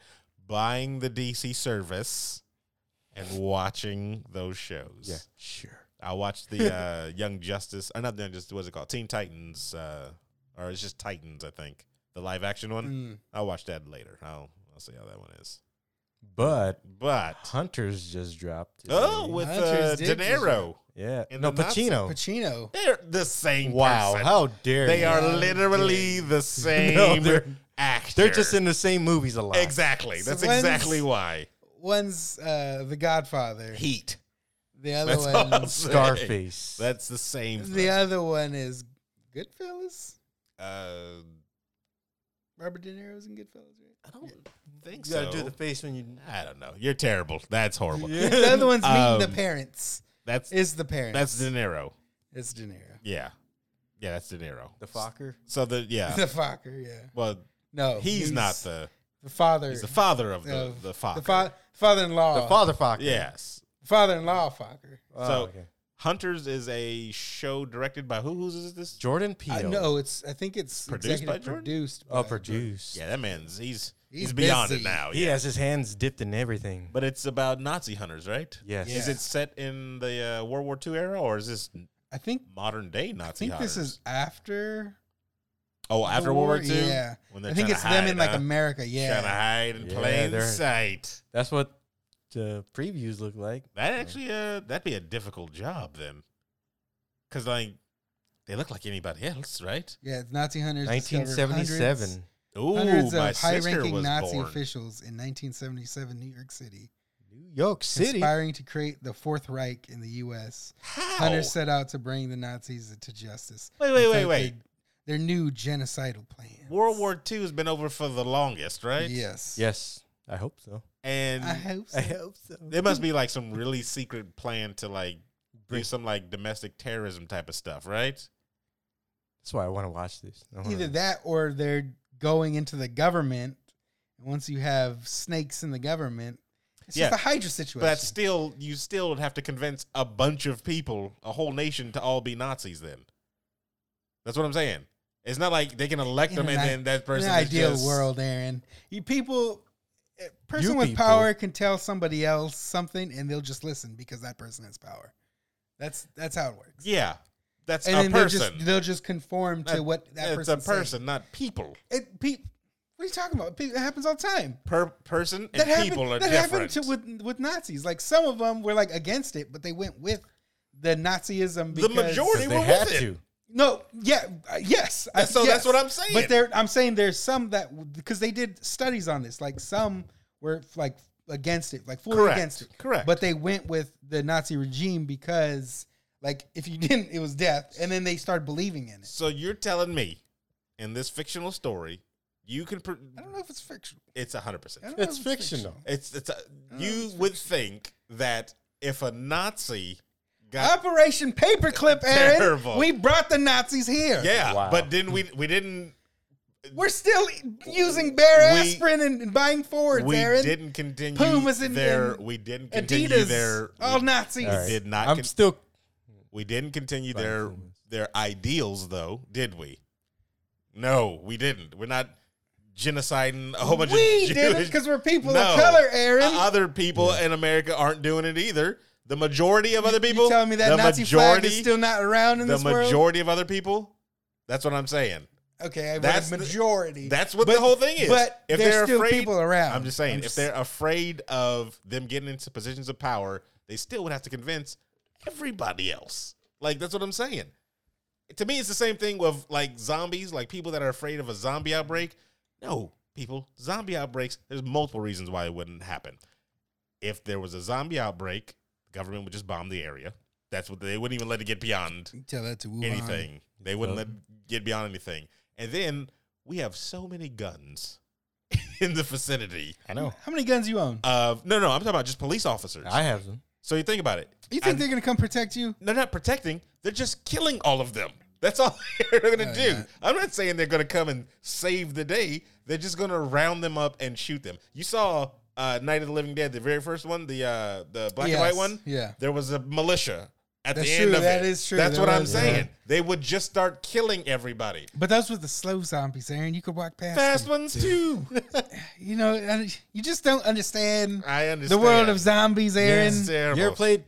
Speaker 2: buying the DC service and watching those shows.
Speaker 3: Yeah, sure.
Speaker 2: I watched the uh, Young Justice, or not Young Justice. What's it called? Teen Titans, uh, or it's just Titans, I think. The live action one.
Speaker 3: Hmm.
Speaker 4: Mm.
Speaker 2: I'll watch that later. I'll I'll see how that one is.
Speaker 3: But
Speaker 2: But
Speaker 3: Hunters just dropped. today.
Speaker 2: oh, with uh,
Speaker 4: Hunters
Speaker 2: De
Speaker 4: did just-
Speaker 2: Niro,
Speaker 3: yeah,
Speaker 2: and
Speaker 3: no
Speaker 2: the Nazi-
Speaker 3: Pacino.
Speaker 4: Pacino.
Speaker 2: they're the same.
Speaker 3: Wow,
Speaker 2: person.
Speaker 3: how dare
Speaker 2: they
Speaker 3: you.
Speaker 2: are
Speaker 4: How
Speaker 2: literally the same
Speaker 3: they're-
Speaker 2: actor.
Speaker 3: They're just in the same movies a lot.
Speaker 2: exactly. That's
Speaker 4: So when's-
Speaker 2: exactly why
Speaker 4: One's uh, The Godfather.
Speaker 2: Heat.
Speaker 4: The other
Speaker 2: That's all I'll
Speaker 4: one.
Speaker 2: say.
Speaker 3: Scarface.
Speaker 2: That's the same.
Speaker 4: The
Speaker 2: thing.
Speaker 4: other one is Goodfellas.
Speaker 2: uh,
Speaker 4: Robert De Niro's in Goodfellas. Right?
Speaker 2: I don't think
Speaker 3: you gotta
Speaker 2: so.
Speaker 3: do the face when you.
Speaker 2: I don't know. You're terrible. That's horrible.
Speaker 4: The other one's meeting the
Speaker 2: Um,
Speaker 4: parents.
Speaker 2: That's
Speaker 4: Is the parents?
Speaker 2: That's De Niro.
Speaker 4: It's De Niro.
Speaker 2: Yeah. Yeah, that's De Niro.
Speaker 3: The Fokker.
Speaker 2: So the yeah.
Speaker 4: The fucker. Yeah.
Speaker 2: well,
Speaker 4: No,
Speaker 2: he's, not the
Speaker 4: the father.
Speaker 2: he's the father of the
Speaker 4: of
Speaker 2: the father.
Speaker 4: The fa- father-in-law.
Speaker 3: The father Fokker.
Speaker 2: Yes.
Speaker 4: father-in-law fucker.
Speaker 3: Oh,
Speaker 2: so
Speaker 3: okay.
Speaker 2: Hunters is a show directed by who? Who's is this?
Speaker 3: Jordan Peele.
Speaker 4: I know it's. I think it's
Speaker 2: Produced
Speaker 4: executive
Speaker 2: by Jordan?
Speaker 4: produced.
Speaker 3: Oh,
Speaker 4: by-
Speaker 3: produced.
Speaker 2: Yeah, that man's he's he's,
Speaker 4: He's
Speaker 2: beyond
Speaker 4: busy.
Speaker 2: it now.
Speaker 3: He
Speaker 2: Yeah.
Speaker 3: has his hands dipped in everything.
Speaker 2: But it's about Nazi hunters, right?
Speaker 3: yes.
Speaker 4: Yeah.
Speaker 2: Is it set in the uh, World War II era or is this
Speaker 4: I think.
Speaker 2: modern day
Speaker 4: I
Speaker 2: Nazi
Speaker 4: think
Speaker 2: hunters?
Speaker 4: this is after.
Speaker 2: Oh,
Speaker 4: the
Speaker 2: after World War II?
Speaker 4: Yeah.
Speaker 2: When they're
Speaker 4: I think
Speaker 2: trying
Speaker 4: it's
Speaker 2: to
Speaker 4: them
Speaker 2: hide,
Speaker 4: in like
Speaker 2: huh?
Speaker 4: America.
Speaker 2: Trying to
Speaker 4: Yeah.
Speaker 2: hide in
Speaker 3: Yeah,
Speaker 2: plain
Speaker 3: they're-
Speaker 2: sight.
Speaker 3: That's what the previews look like.
Speaker 2: That actually, uh, that'd be a difficult job then, because like they look like anybody else, right?
Speaker 4: Yeah. It's Nazi hunters. discovered
Speaker 3: 1977.
Speaker 2: Ooh,
Speaker 4: Hundreds, hundreds
Speaker 2: my
Speaker 4: of
Speaker 2: sister
Speaker 4: high-ranking
Speaker 2: was
Speaker 4: Nazi
Speaker 2: born.
Speaker 4: officials in 1977 New York City
Speaker 3: New York City.
Speaker 4: Aspiring to create the Fourth Reich in the U.S., Hunter set out to bring the Nazis to justice.
Speaker 2: Wait, wait,
Speaker 4: It's
Speaker 2: wait,
Speaker 4: like
Speaker 2: wait.
Speaker 4: Their, their new genocidal plan.
Speaker 2: World War II has been over for the longest, right?
Speaker 4: Yes.
Speaker 3: Yes, I hope so.
Speaker 2: And
Speaker 4: I hope so.
Speaker 3: hope so.
Speaker 2: there must be like some really secret plan to like do
Speaker 3: Bring-
Speaker 2: some like domestic terrorism type of stuff, right?
Speaker 3: That's why I want to watch this. I wanna-
Speaker 4: Either that or they're going into the government. And once you have snakes in the government, it's
Speaker 2: Yeah.
Speaker 4: just a Hydra
Speaker 2: But
Speaker 4: situation.
Speaker 2: that's still you still would have to convince a bunch of people, a whole nation, to all be Nazis. Then that's what I'm saying. It's not like they can elect
Speaker 4: In
Speaker 2: them
Speaker 4: an
Speaker 2: and
Speaker 4: i-
Speaker 2: then that
Speaker 4: In
Speaker 2: person.
Speaker 4: an
Speaker 2: is
Speaker 4: ideal
Speaker 2: just-
Speaker 4: world, Aaron. You people, a person
Speaker 3: You
Speaker 4: with
Speaker 3: people.
Speaker 4: power can tell somebody else something, and they'll just listen because that person has power. That's that's how it works.
Speaker 2: Yeah, that's
Speaker 4: and
Speaker 2: a
Speaker 4: then they'll
Speaker 2: person.
Speaker 4: just they'll just conform to
Speaker 2: That-
Speaker 4: what that
Speaker 2: it's a
Speaker 4: person's saying.
Speaker 2: person, not people.
Speaker 4: It, pe- what are you talking about? Pe- It happens all the time.
Speaker 2: Per person and
Speaker 4: That happened,
Speaker 2: people are
Speaker 4: that
Speaker 2: different.
Speaker 4: happened to, with with Nazis. Like some of them were like against it, but they went with the Nazism.
Speaker 2: The
Speaker 4: Because,
Speaker 2: majority-
Speaker 3: 'Cause
Speaker 2: They
Speaker 3: they
Speaker 2: were
Speaker 3: had
Speaker 2: with it.
Speaker 3: to.
Speaker 4: No, yeah, uh, yes. I-
Speaker 2: That's- so that's
Speaker 4: yes.
Speaker 2: what I'm saying.
Speaker 4: But there, I'm saying there's some that because they did studies on this. Like some were like against it, like fully
Speaker 2: Correct,
Speaker 4: against it.
Speaker 2: correct.
Speaker 4: But they went with the Nazi regime because, like, if you didn't, it was death. And then they started believing in it.
Speaker 2: so you're telling me, in this fictional story, you can. Pr-
Speaker 4: I don't know if it's fictional.
Speaker 2: it's a hundred
Speaker 4: I
Speaker 2: percent.
Speaker 4: don't know
Speaker 3: It's
Speaker 4: if
Speaker 3: fictional.
Speaker 2: It's it's. A,
Speaker 4: Mm.
Speaker 2: you would think that if a Nazi got
Speaker 4: Operation Paperclip, Aaron.
Speaker 2: Terrible.
Speaker 4: We brought the Nazis here.
Speaker 2: Yeah,
Speaker 3: Wow.
Speaker 2: but then we we didn't
Speaker 4: We're still using bare
Speaker 2: We-
Speaker 4: aspirin and, and buying Fords,
Speaker 2: we
Speaker 4: Aaron.
Speaker 2: didn't continue
Speaker 4: Pumas and-
Speaker 2: their
Speaker 4: and
Speaker 2: we didn't continue
Speaker 4: Adidas,
Speaker 2: their
Speaker 4: all
Speaker 2: we,
Speaker 4: Nazis.
Speaker 3: All right.
Speaker 2: did not
Speaker 3: I'm
Speaker 2: con-
Speaker 3: still.
Speaker 2: we didn't continue their
Speaker 3: Pumas.
Speaker 2: their ideals though, did we? No, we didn't. We're not genociding a whole bunch
Speaker 4: We
Speaker 2: of Jewish.
Speaker 4: did it because we're people
Speaker 2: No.
Speaker 4: of color, Aaron.
Speaker 2: O- Other people in America aren't doing it either. The majority of other people
Speaker 4: you telling me that
Speaker 2: the
Speaker 4: Nazi
Speaker 2: majority
Speaker 4: flag is still not around in
Speaker 2: the
Speaker 4: this world?
Speaker 2: majority of other people. That's what I'm saying.
Speaker 4: Okay, I
Speaker 2: That's
Speaker 4: that's
Speaker 2: the-
Speaker 4: majority.
Speaker 2: That's what the whole thing is.
Speaker 4: but there's still people around.
Speaker 2: I'm just saying,
Speaker 4: I'm
Speaker 2: if
Speaker 4: just-
Speaker 2: they're afraid of them getting into positions of power, they still would have to convince everybody else. Like that's what I'm saying. To me, it's the same thing with like zombies, like people that are afraid of a zombie outbreak. No, people, zombie outbreaks. There's multiple reasons why it wouldn't happen. If there was a zombie outbreak, the government would just bomb the area. That's what they wouldn't even let it get beyond
Speaker 4: tell that to Wuhan.
Speaker 2: anything. They wouldn't
Speaker 3: Well-
Speaker 2: let get beyond anything. And then we have so many guns in the vicinity
Speaker 3: I know.
Speaker 4: How many guns you own?
Speaker 2: of no, no. I'm talking about just police officers.
Speaker 3: I have them.
Speaker 2: so you think about it.
Speaker 4: You think
Speaker 2: I'm-
Speaker 4: they're gonna come protect you?
Speaker 2: they're not protecting? They're just killing all of them. That's all they're going to
Speaker 4: No,
Speaker 2: do.
Speaker 4: they're not.
Speaker 2: I'm not saying they're going to come and save the day. They're just going to round them up and shoot them. You saw uh, Night of the Living Dead, the very first one, the uh, the black and
Speaker 4: Yes,
Speaker 2: white one.
Speaker 4: yeah.
Speaker 2: there was a militia. At
Speaker 4: That's
Speaker 2: the end
Speaker 4: true,
Speaker 2: of
Speaker 4: that
Speaker 2: it.
Speaker 4: is true,
Speaker 2: That's
Speaker 4: there
Speaker 2: what I'm
Speaker 4: was,
Speaker 2: saying.
Speaker 4: yeah.
Speaker 2: They would just start killing everybody.
Speaker 4: But those were the slow zombies, Aaron. You could walk past.
Speaker 2: Fast
Speaker 4: them.
Speaker 2: ones too.
Speaker 4: You know, and you just don't understand,
Speaker 2: I understand
Speaker 4: the world of zombies, Aaron.
Speaker 2: It's terrible.
Speaker 3: You ever played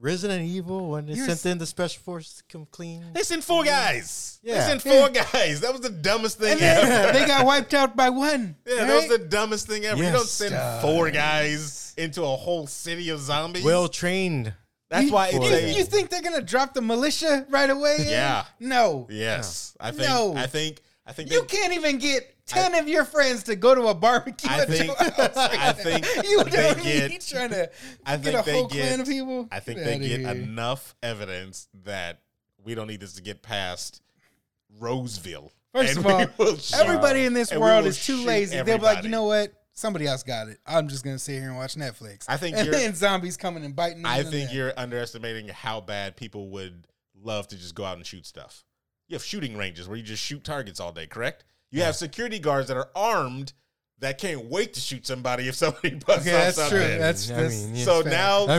Speaker 3: Resident Evil when they
Speaker 4: You're
Speaker 3: sent
Speaker 4: s-
Speaker 3: in the special forces to come clean?
Speaker 2: They sent four guys. They
Speaker 3: Yeah.
Speaker 2: sent four guys. That was the dumbest thing
Speaker 4: And then
Speaker 2: ever.
Speaker 4: they got wiped out by one.
Speaker 2: Yeah,
Speaker 4: right?
Speaker 2: that was the dumbest thing ever. you don't
Speaker 3: Yes.
Speaker 2: send four guys into a whole city of zombies.
Speaker 3: Well trained.
Speaker 2: that's
Speaker 4: you,
Speaker 2: why
Speaker 4: you,
Speaker 2: it's
Speaker 3: four
Speaker 2: a,
Speaker 4: you think they're gonna drop the militia right away? Aaron?
Speaker 2: Yeah.
Speaker 4: No.
Speaker 2: yes. I think.
Speaker 4: No.
Speaker 2: I think. I think.
Speaker 4: You
Speaker 2: they-
Speaker 4: can't even get ten of your friends to go to a barbecue.
Speaker 2: I
Speaker 4: at your
Speaker 2: think.
Speaker 4: house.
Speaker 2: I think.
Speaker 4: you know
Speaker 2: they
Speaker 4: what I mean?
Speaker 2: get.
Speaker 4: trying to
Speaker 2: I
Speaker 4: get
Speaker 2: think
Speaker 4: a
Speaker 2: they
Speaker 4: whole
Speaker 2: get-
Speaker 4: clan of people.
Speaker 2: I think
Speaker 4: Get
Speaker 2: they
Speaker 4: outta
Speaker 2: get
Speaker 4: here.
Speaker 2: enough evidence that we don't need this to get past Roseville.
Speaker 4: First
Speaker 2: And
Speaker 4: of
Speaker 2: we
Speaker 4: all,
Speaker 2: will shoot-
Speaker 4: everybody in this
Speaker 2: and we
Speaker 4: world
Speaker 2: will
Speaker 4: is too
Speaker 2: shoot
Speaker 4: lazy. They'll be like,
Speaker 2: everybody.
Speaker 4: you know what? Somebody else got it. I'm just gonna sit here and watch Netflix.
Speaker 2: I think
Speaker 4: and
Speaker 2: you're-
Speaker 4: then zombies coming and biting.
Speaker 2: I
Speaker 4: them in
Speaker 2: think
Speaker 4: the-
Speaker 2: you're underestimating how bad people would love to just go out and shoot stuff. You have shooting ranges where you just shoot targets all day, correct? You have security guards that are armed that can't wait to shoot somebody if somebody busts
Speaker 4: Okay,
Speaker 2: off
Speaker 4: that's true.
Speaker 2: something.
Speaker 4: That's,
Speaker 3: I
Speaker 4: that's
Speaker 3: mean, yeah.
Speaker 2: so
Speaker 4: fair.
Speaker 2: now,
Speaker 3: I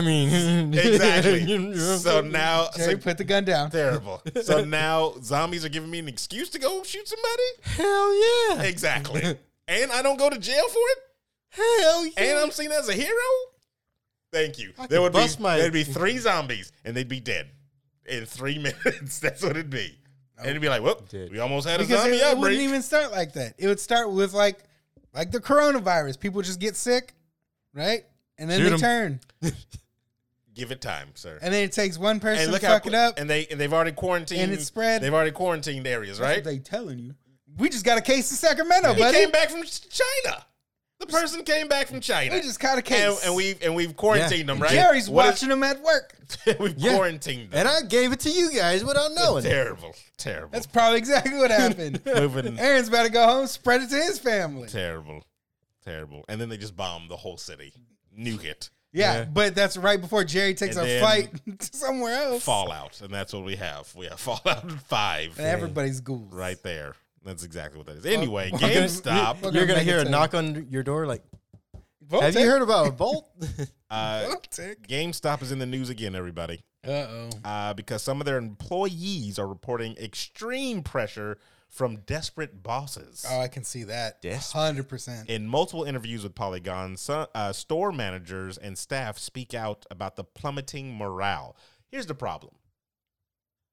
Speaker 3: mean,
Speaker 2: exactly. so now,
Speaker 4: Jerry,
Speaker 2: so,
Speaker 4: put the gun down.
Speaker 2: terrible. So now, zombies are giving me an excuse to go shoot somebody.
Speaker 3: hell yeah,
Speaker 2: Exactly, and I don't go to jail for it.
Speaker 3: hell yeah.
Speaker 2: and I'm seen as a hero. Thank you.
Speaker 3: I
Speaker 2: There
Speaker 3: could
Speaker 2: would be
Speaker 3: bust my-
Speaker 2: there'd be three zombies and they'd be dead in three minutes. That's what it'd be. And it'd be like, well,
Speaker 3: Dead.
Speaker 2: we almost had a
Speaker 4: because it,
Speaker 2: zombie
Speaker 4: it
Speaker 2: outbreak.
Speaker 4: wouldn't even start like that. It would start with like like the coronavirus. People just get sick, right? And then
Speaker 3: Shoot
Speaker 4: they
Speaker 3: 'em.
Speaker 4: turn,
Speaker 2: Give it time, sir.
Speaker 4: and then it takes one person
Speaker 2: And
Speaker 4: to
Speaker 2: look how
Speaker 4: fuck it up.
Speaker 2: and they and they've already quarantined
Speaker 4: And it spread.
Speaker 2: They've already quarantined areas,
Speaker 4: That's
Speaker 2: right?
Speaker 4: what they telling you. We just got a case in Sacramento,
Speaker 2: He
Speaker 4: buddy.
Speaker 2: came back from China. The person came back from China.
Speaker 4: We just caught a case.
Speaker 2: and, and we and we've quarantined them, right?
Speaker 4: Jerry's
Speaker 2: What is-
Speaker 4: watching them at work.
Speaker 2: we've
Speaker 3: Yeah.
Speaker 2: quarantined them.
Speaker 3: And I gave it to you guys without knowing.
Speaker 2: Terrible, terrible.
Speaker 4: That's probably exactly what happened.
Speaker 2: moving.
Speaker 4: Aaron's about to go home, spread it to his family.
Speaker 2: terrible, terrible. And then they just bombed the whole city, nuke it,
Speaker 4: Yeah,
Speaker 3: Yeah.
Speaker 4: but that's right before Jerry takes
Speaker 2: And
Speaker 4: a
Speaker 2: then-
Speaker 4: flight to somewhere else.
Speaker 2: Fallout, and that's what we have. We have Fallout Five
Speaker 4: And everybody's ghouls.
Speaker 2: right there. That's exactly what that is. Anyway,
Speaker 3: You're gonna-
Speaker 2: GameStop.
Speaker 3: You're,
Speaker 4: We're gonna
Speaker 3: gonna
Speaker 4: make
Speaker 3: hear
Speaker 4: it
Speaker 3: a
Speaker 4: to-
Speaker 3: knock on your door. Like,
Speaker 4: Voltec.
Speaker 3: have you heard about Bolt?
Speaker 2: uh,
Speaker 4: Voltec.
Speaker 2: GameStop is in the news again, everybody.
Speaker 4: Uh-oh.
Speaker 2: uh, because some of their employees are reporting extreme pressure from desperate bosses.
Speaker 4: Oh, I can see that.
Speaker 3: Desperate.
Speaker 4: 100%.
Speaker 2: In multiple interviews with Polygon, so, uh, store managers and staff speak out about the plummeting morale. Here's the problem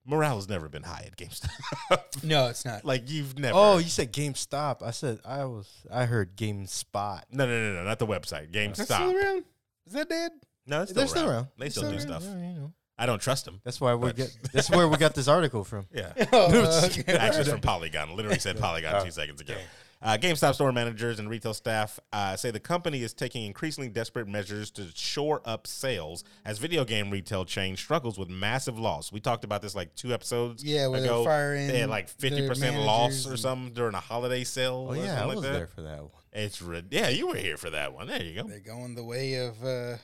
Speaker 2: morale has never been high at GameStop.
Speaker 4: no, it's not.
Speaker 2: like, you've never.
Speaker 3: oh, you said GameStop. I said I was. I heard GameSpot.
Speaker 2: no, no, no, no, not the website.
Speaker 4: That's still
Speaker 2: GameStop.
Speaker 4: around? Is that dead?
Speaker 2: No, it's still,
Speaker 3: They're still
Speaker 2: around.
Speaker 3: around.
Speaker 2: They still,
Speaker 4: still
Speaker 2: do
Speaker 4: around,
Speaker 2: stuff.
Speaker 3: Yeah, you know.
Speaker 2: I don't trust them.
Speaker 3: That's why we
Speaker 2: But-
Speaker 3: get. That's where we got this article from.
Speaker 2: Yeah.
Speaker 4: Oh, okay.
Speaker 2: Actually, it's from Polygon. Literally said Polygon
Speaker 3: Oh.
Speaker 2: two seconds ago. Uh, GameStop store managers and retail staff uh, say the company is taking increasingly desperate measures to shore up sales as video game retail chain struggles with massive loss. We talked about this like two episodes
Speaker 4: Yeah, where they're
Speaker 2: ago.
Speaker 4: firing
Speaker 2: they had like
Speaker 4: their
Speaker 2: fifty percent loss
Speaker 4: managers
Speaker 2: or
Speaker 4: and-
Speaker 2: something during a holiday sale.
Speaker 3: Oh
Speaker 2: or
Speaker 3: yeah, I
Speaker 2: something
Speaker 3: was
Speaker 2: like that.
Speaker 3: there for that one.
Speaker 2: It's rid- yeah, you were here for that one. There you go.
Speaker 4: They're going the way of uh,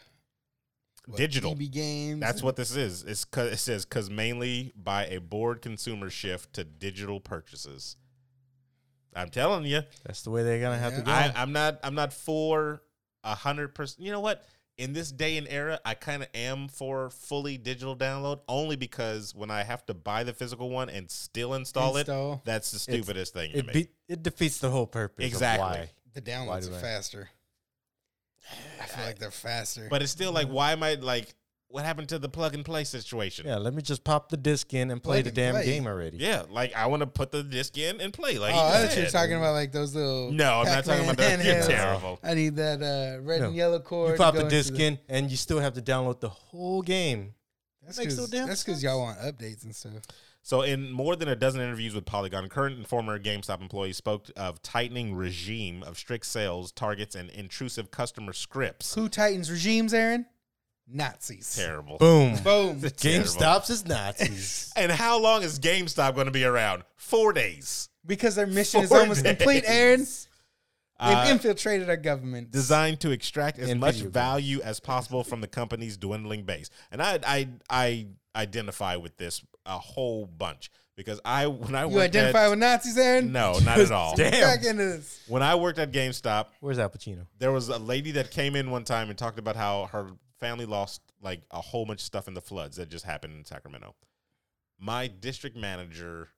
Speaker 4: what,
Speaker 2: Digital.
Speaker 4: TV games.
Speaker 2: That's what this is. It's 'cause- it says because mainly by a bored consumer shift to digital purchases. I'm telling you.
Speaker 3: That's the way they're gonna have to go.
Speaker 2: I, I'm not. I'm not for a hundred percent. You know what? In this day and era, I kind of am for fully digital download only because when I have to buy the physical one and still install,
Speaker 4: Install.
Speaker 2: it, that's the stupidest thing to
Speaker 3: it
Speaker 2: me.
Speaker 3: be, it defeats the whole purpose.
Speaker 2: Exactly.
Speaker 3: Of why.
Speaker 4: The
Speaker 3: Why
Speaker 4: downloads
Speaker 3: do
Speaker 4: are
Speaker 3: I-
Speaker 4: faster. I feel like they're faster.
Speaker 2: but it's still like, why am I like? What happened to the plug and play situation?
Speaker 3: Yeah, let me just pop the disc in and play
Speaker 4: Plug
Speaker 3: the
Speaker 4: and
Speaker 3: damn
Speaker 4: play.
Speaker 3: game already.
Speaker 2: Yeah, like I want to put the disc in and play. Like,
Speaker 4: oh,
Speaker 2: he
Speaker 4: I thought
Speaker 2: said.
Speaker 4: you were talking about like those little.
Speaker 2: No, I'm not talking
Speaker 4: Pac-Man
Speaker 2: about that. You're
Speaker 4: handhelds.
Speaker 2: terrible.
Speaker 4: I need that uh, red
Speaker 3: No.
Speaker 4: and yellow cord.
Speaker 3: You
Speaker 4: to
Speaker 3: pop
Speaker 4: go
Speaker 3: the
Speaker 4: into
Speaker 3: disc in, and you still have to download the whole game.
Speaker 4: That's
Speaker 3: Makes no
Speaker 4: because
Speaker 3: damn sense.
Speaker 4: y'all want updates and stuff.
Speaker 2: So, in more than a dozen interviews with Polygon, current and former GameStop employees spoke of tightening regime of strict sales targets and intrusive customer scripts.
Speaker 4: Who tightens regimes, Aaron? Nazis.
Speaker 2: Terrible.
Speaker 3: Boom.
Speaker 4: Boom.
Speaker 3: Game
Speaker 2: Terrible.
Speaker 3: stops is Nazis.
Speaker 2: And how long is GameStop going to be around? Four days.
Speaker 4: because their mission is
Speaker 2: Four
Speaker 4: almost complete, Aaron. They've
Speaker 2: Uh,
Speaker 4: infiltrated our government.
Speaker 2: designed to extract as
Speaker 3: And
Speaker 2: much
Speaker 3: video games.
Speaker 2: value as possible from the company's dwindling base. And I, I, I identify with this a whole bunch because I, when I
Speaker 4: You
Speaker 2: worked
Speaker 4: identify
Speaker 2: at,
Speaker 4: with Nazis, Aaron?
Speaker 2: no, not at all.
Speaker 3: Damn.
Speaker 4: Back into this.
Speaker 2: When I worked at GameStop,
Speaker 3: Where's Al Pacino?
Speaker 2: there was a lady that came in one time and talked about how her family lost like a whole bunch of stuff in the floods that just happened in Sacramento. My district manager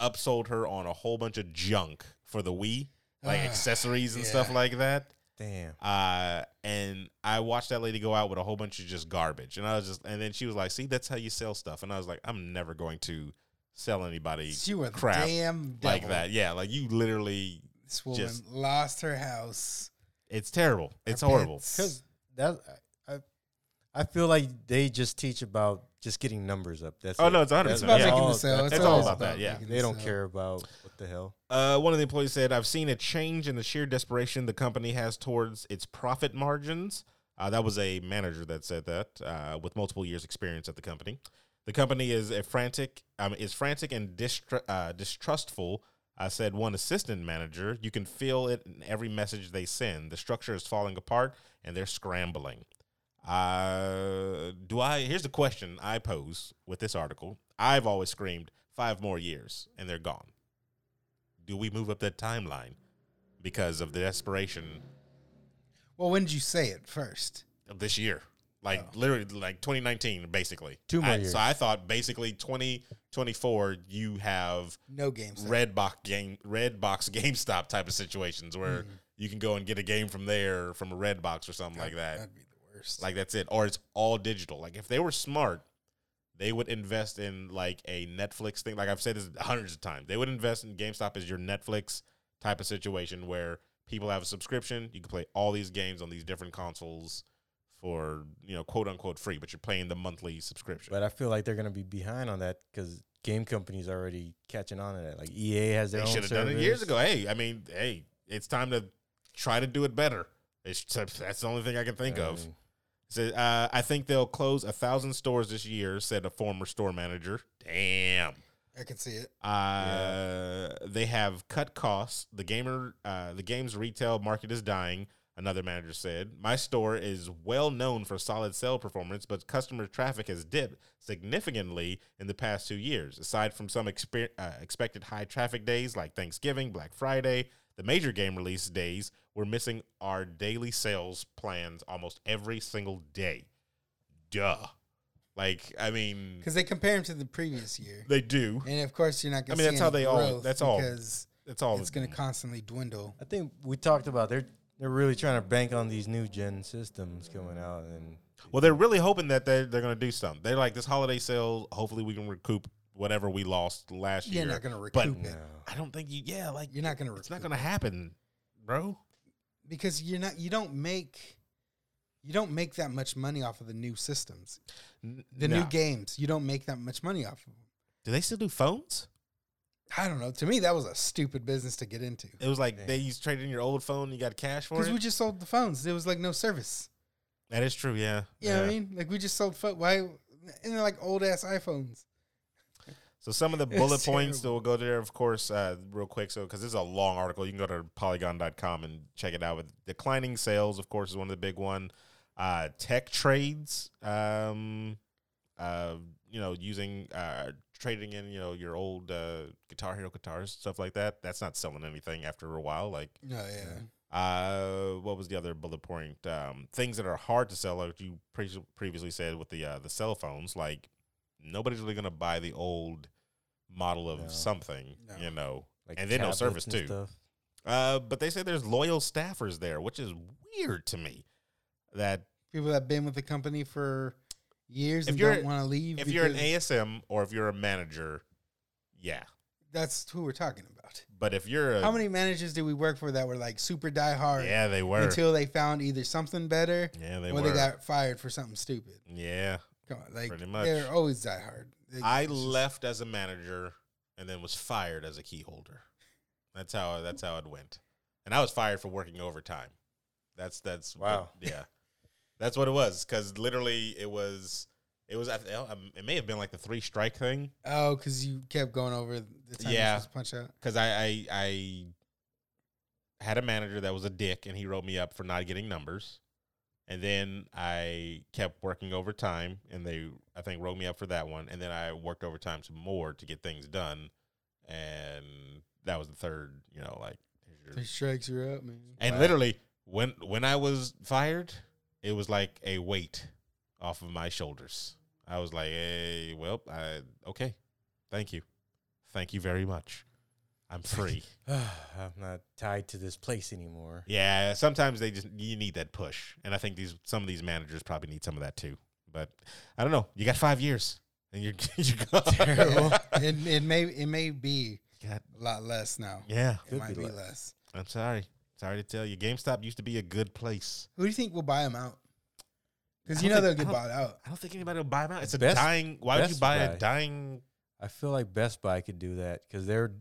Speaker 2: upsold her on a whole bunch of junk for the Wii, like
Speaker 4: Ah,
Speaker 2: accessories and stuff
Speaker 4: yeah.
Speaker 2: like that.
Speaker 3: Damn.
Speaker 2: Uh, and I watched that lady go out with a whole bunch of just garbage, and I was just, and then she was like, "See, that's how you sell stuff," and I was like, "I'm never going to sell anybody
Speaker 4: You were
Speaker 2: crap
Speaker 4: damn devil.
Speaker 2: like that." Yeah, like you literally,
Speaker 4: This woman
Speaker 2: Just-
Speaker 4: lost her house.
Speaker 2: it's terrible. It's
Speaker 4: Her
Speaker 2: horrible.
Speaker 4: pets.
Speaker 3: Because that I, I- I feel like they just teach about just getting numbers up. That's
Speaker 2: Oh
Speaker 3: it.
Speaker 2: no, it's 100.
Speaker 3: That's
Speaker 4: It's about
Speaker 3: Yeah.
Speaker 4: making
Speaker 3: All-
Speaker 4: the sale.
Speaker 3: that's
Speaker 2: all
Speaker 4: always
Speaker 2: about that, yeah.
Speaker 4: making
Speaker 3: They
Speaker 4: the
Speaker 3: don't
Speaker 4: sale.
Speaker 3: care about what the hell.
Speaker 2: Uh, one of the employees said, "I've seen a change in the sheer desperation the company has towards its profit margins." Uh, that was a manager that said that, uh, with multiple years' experience at the company. The company is a frantic, um, is frantic and distr- uh, distrustful. I said one assistant manager. You can feel it in every message they send. The structure is falling apart, and they're scrambling. Uh, do I? Here's the question I pose with this article. I've always screamed five more years, and they're gone do we move up that timeline because of the desperation
Speaker 4: Well, when did you say it first?
Speaker 2: of this year? Like literally, like 2019, basically.
Speaker 3: Two more
Speaker 2: I-
Speaker 3: years.
Speaker 2: So I thought basically 2024, you have
Speaker 4: No game sale.
Speaker 2: red box game, red box GameStop type of situations where
Speaker 3: Mm-hmm.
Speaker 2: you can go and get a game from there from a red box or something like that.
Speaker 4: That'd be the worst.
Speaker 2: Like that's it, or it's all digital. Like if they were smart, they would invest in like a Netflix thing. Like I've said this hundreds of times, they would invest in GameStop as your Netflix type of situation where people have a subscription. You can play all these games on these different consoles for you know quote unquote free, but you're paying the monthly subscription.
Speaker 3: But I feel like they're gonna be behind on that because game companies already catching on to that. Like EA has their
Speaker 2: they
Speaker 3: own.
Speaker 2: should have done it years
Speaker 3: service.
Speaker 2: ago. Hey, I mean, hey, it's time to try to do it better. It's, that's the only thing I can think of.
Speaker 3: mean,
Speaker 2: So, uh, I think they'll close a thousand stores this year," said a former store manager. Damn.
Speaker 4: I can see it.
Speaker 2: Uh, They have cut costs. The gamer, uh, the game's retail market is dying. Another manager said, "My store is well known for solid sale performance, but customer traffic has dipped significantly in the past two years. Aside from some exper- uh, expected high traffic days like Thanksgiving, Black Friday, the major game release days, we're missing our daily sales plans almost every single day. Duh. Like, I mean,
Speaker 4: Because they compare them to the previous year.
Speaker 2: they do.
Speaker 4: And of course, you're not going
Speaker 2: I
Speaker 4: to
Speaker 2: mean, that's how they all. That's all.
Speaker 4: Because
Speaker 2: That's all.
Speaker 4: it's going to constantly dwindle.
Speaker 3: I think we talked about they're they're really trying to bank on these new gen systems coming out, and
Speaker 2: Well, they're really hoping that they're, they're going to do something. They're like, this holiday sale, hopefully we can recoup whatever we lost last
Speaker 4: You're
Speaker 2: year.
Speaker 4: not going to recoup
Speaker 2: But-
Speaker 4: it.
Speaker 2: I don't think you, yeah, like,
Speaker 4: You're not going to recoup
Speaker 2: it's not going to happen, bro.
Speaker 4: because you're not you don't make you don't make that much money off of the new systems,
Speaker 2: N-
Speaker 4: the
Speaker 2: no.
Speaker 4: new games. You don't make that much money off of them.
Speaker 2: Do they still do phones?
Speaker 4: I don't know. To me, that was a stupid business to get into
Speaker 2: It was like
Speaker 3: Damn.
Speaker 2: they used to trade in your old phone, you got cash for
Speaker 4: because
Speaker 2: it.
Speaker 4: we just sold the phones. There was like no service.
Speaker 2: that is true, yeah.
Speaker 4: You know what I mean? Like we just sold pho- why and they're like old ass iPhones.
Speaker 2: So some of the
Speaker 4: It's
Speaker 2: bullet points that
Speaker 4: terrible.
Speaker 2: will go there, of course, uh, real quick. So because this is a long article, you can go to polygon.com and check it out. With declining sales, of course, is one of the big one. Uh, tech trades, um, uh, you know, using uh, trading in you know your old uh, Guitar Hero guitars, stuff like that. That's not selling anything after a while. Like
Speaker 4: No, yeah.
Speaker 2: uh, what was the other bullet point? Um, things that are hard to sell, like you pre- previously said with the uh, the cell phones. Like nobody's really gonna buy the old model of
Speaker 3: No.
Speaker 2: something,
Speaker 4: No.
Speaker 2: you know. And they don't
Speaker 3: tablets
Speaker 2: service
Speaker 3: and
Speaker 2: too.
Speaker 3: stuff.
Speaker 2: Uh, but they say there's loyal staffers there, which is weird to me. That
Speaker 4: People that've been with the company for years
Speaker 2: If
Speaker 4: and
Speaker 2: you're-
Speaker 4: don't want to leave.
Speaker 2: if you're an
Speaker 4: because
Speaker 2: ASM or if you're a manager, yeah.
Speaker 4: that's who we're talking about.
Speaker 2: But if you're a
Speaker 4: How many managers did we work for that were like super diehard
Speaker 2: yeah, they were
Speaker 4: until they found either something better
Speaker 2: yeah they
Speaker 4: or
Speaker 2: were
Speaker 4: they got fired for something stupid?
Speaker 2: yeah.
Speaker 4: Come on, like
Speaker 2: Pretty much.
Speaker 4: they're always diehard. They-
Speaker 2: I
Speaker 4: it's just-
Speaker 2: left as a manager and then was fired as a key holder. That's how that's how it went. And I was fired for working overtime. That's that's what-
Speaker 3: Wow.
Speaker 2: yeah. That's what it was cuz literally it was it was I th- um, it may have been like the three strike thing
Speaker 4: Oh, because you kept going over the time
Speaker 2: Yeah.
Speaker 4: yeah. you punch out.
Speaker 2: cuz I, I I had a manager that was a dick and he wrote me up for not getting numbers. And then I kept working overtime and they I think wrote me up for that one and then I worked overtime some more to get things done and that was the third, you know, like here's your-
Speaker 4: Three strikes, you're up, man.
Speaker 2: and
Speaker 3: Wow.
Speaker 2: literally when when I was fired, it was like a weight off of my shoulders. I was like, "Hey, well, I, okay. Thank you. Thank you very much. I'm free."
Speaker 3: I'm not tied to this place anymore.
Speaker 2: Yeah, sometimes they just you need that push, and I think these some of these managers probably need some of that too. But I don't know. You got five years, and you're you're gone.
Speaker 3: Terrible.
Speaker 4: it, it may it may be
Speaker 2: God,
Speaker 4: a lot less now.
Speaker 2: yeah,
Speaker 4: It
Speaker 3: Could
Speaker 4: might
Speaker 3: be
Speaker 4: be
Speaker 3: less.
Speaker 4: less.
Speaker 2: I'm sorry. Sorry to tell you, GameStop used to be a good place.
Speaker 4: Who do you think will buy them out?
Speaker 2: I
Speaker 4: Because you
Speaker 2: don't
Speaker 4: know they'll
Speaker 2: think-
Speaker 4: get
Speaker 2: I
Speaker 4: bought out.
Speaker 2: I don't think anybody will buy them out. It's a
Speaker 3: Best-
Speaker 2: dying. Why would you
Speaker 3: Best
Speaker 2: buy a
Speaker 3: Buy.
Speaker 2: dying?
Speaker 3: I feel like Best Buy could do that because they're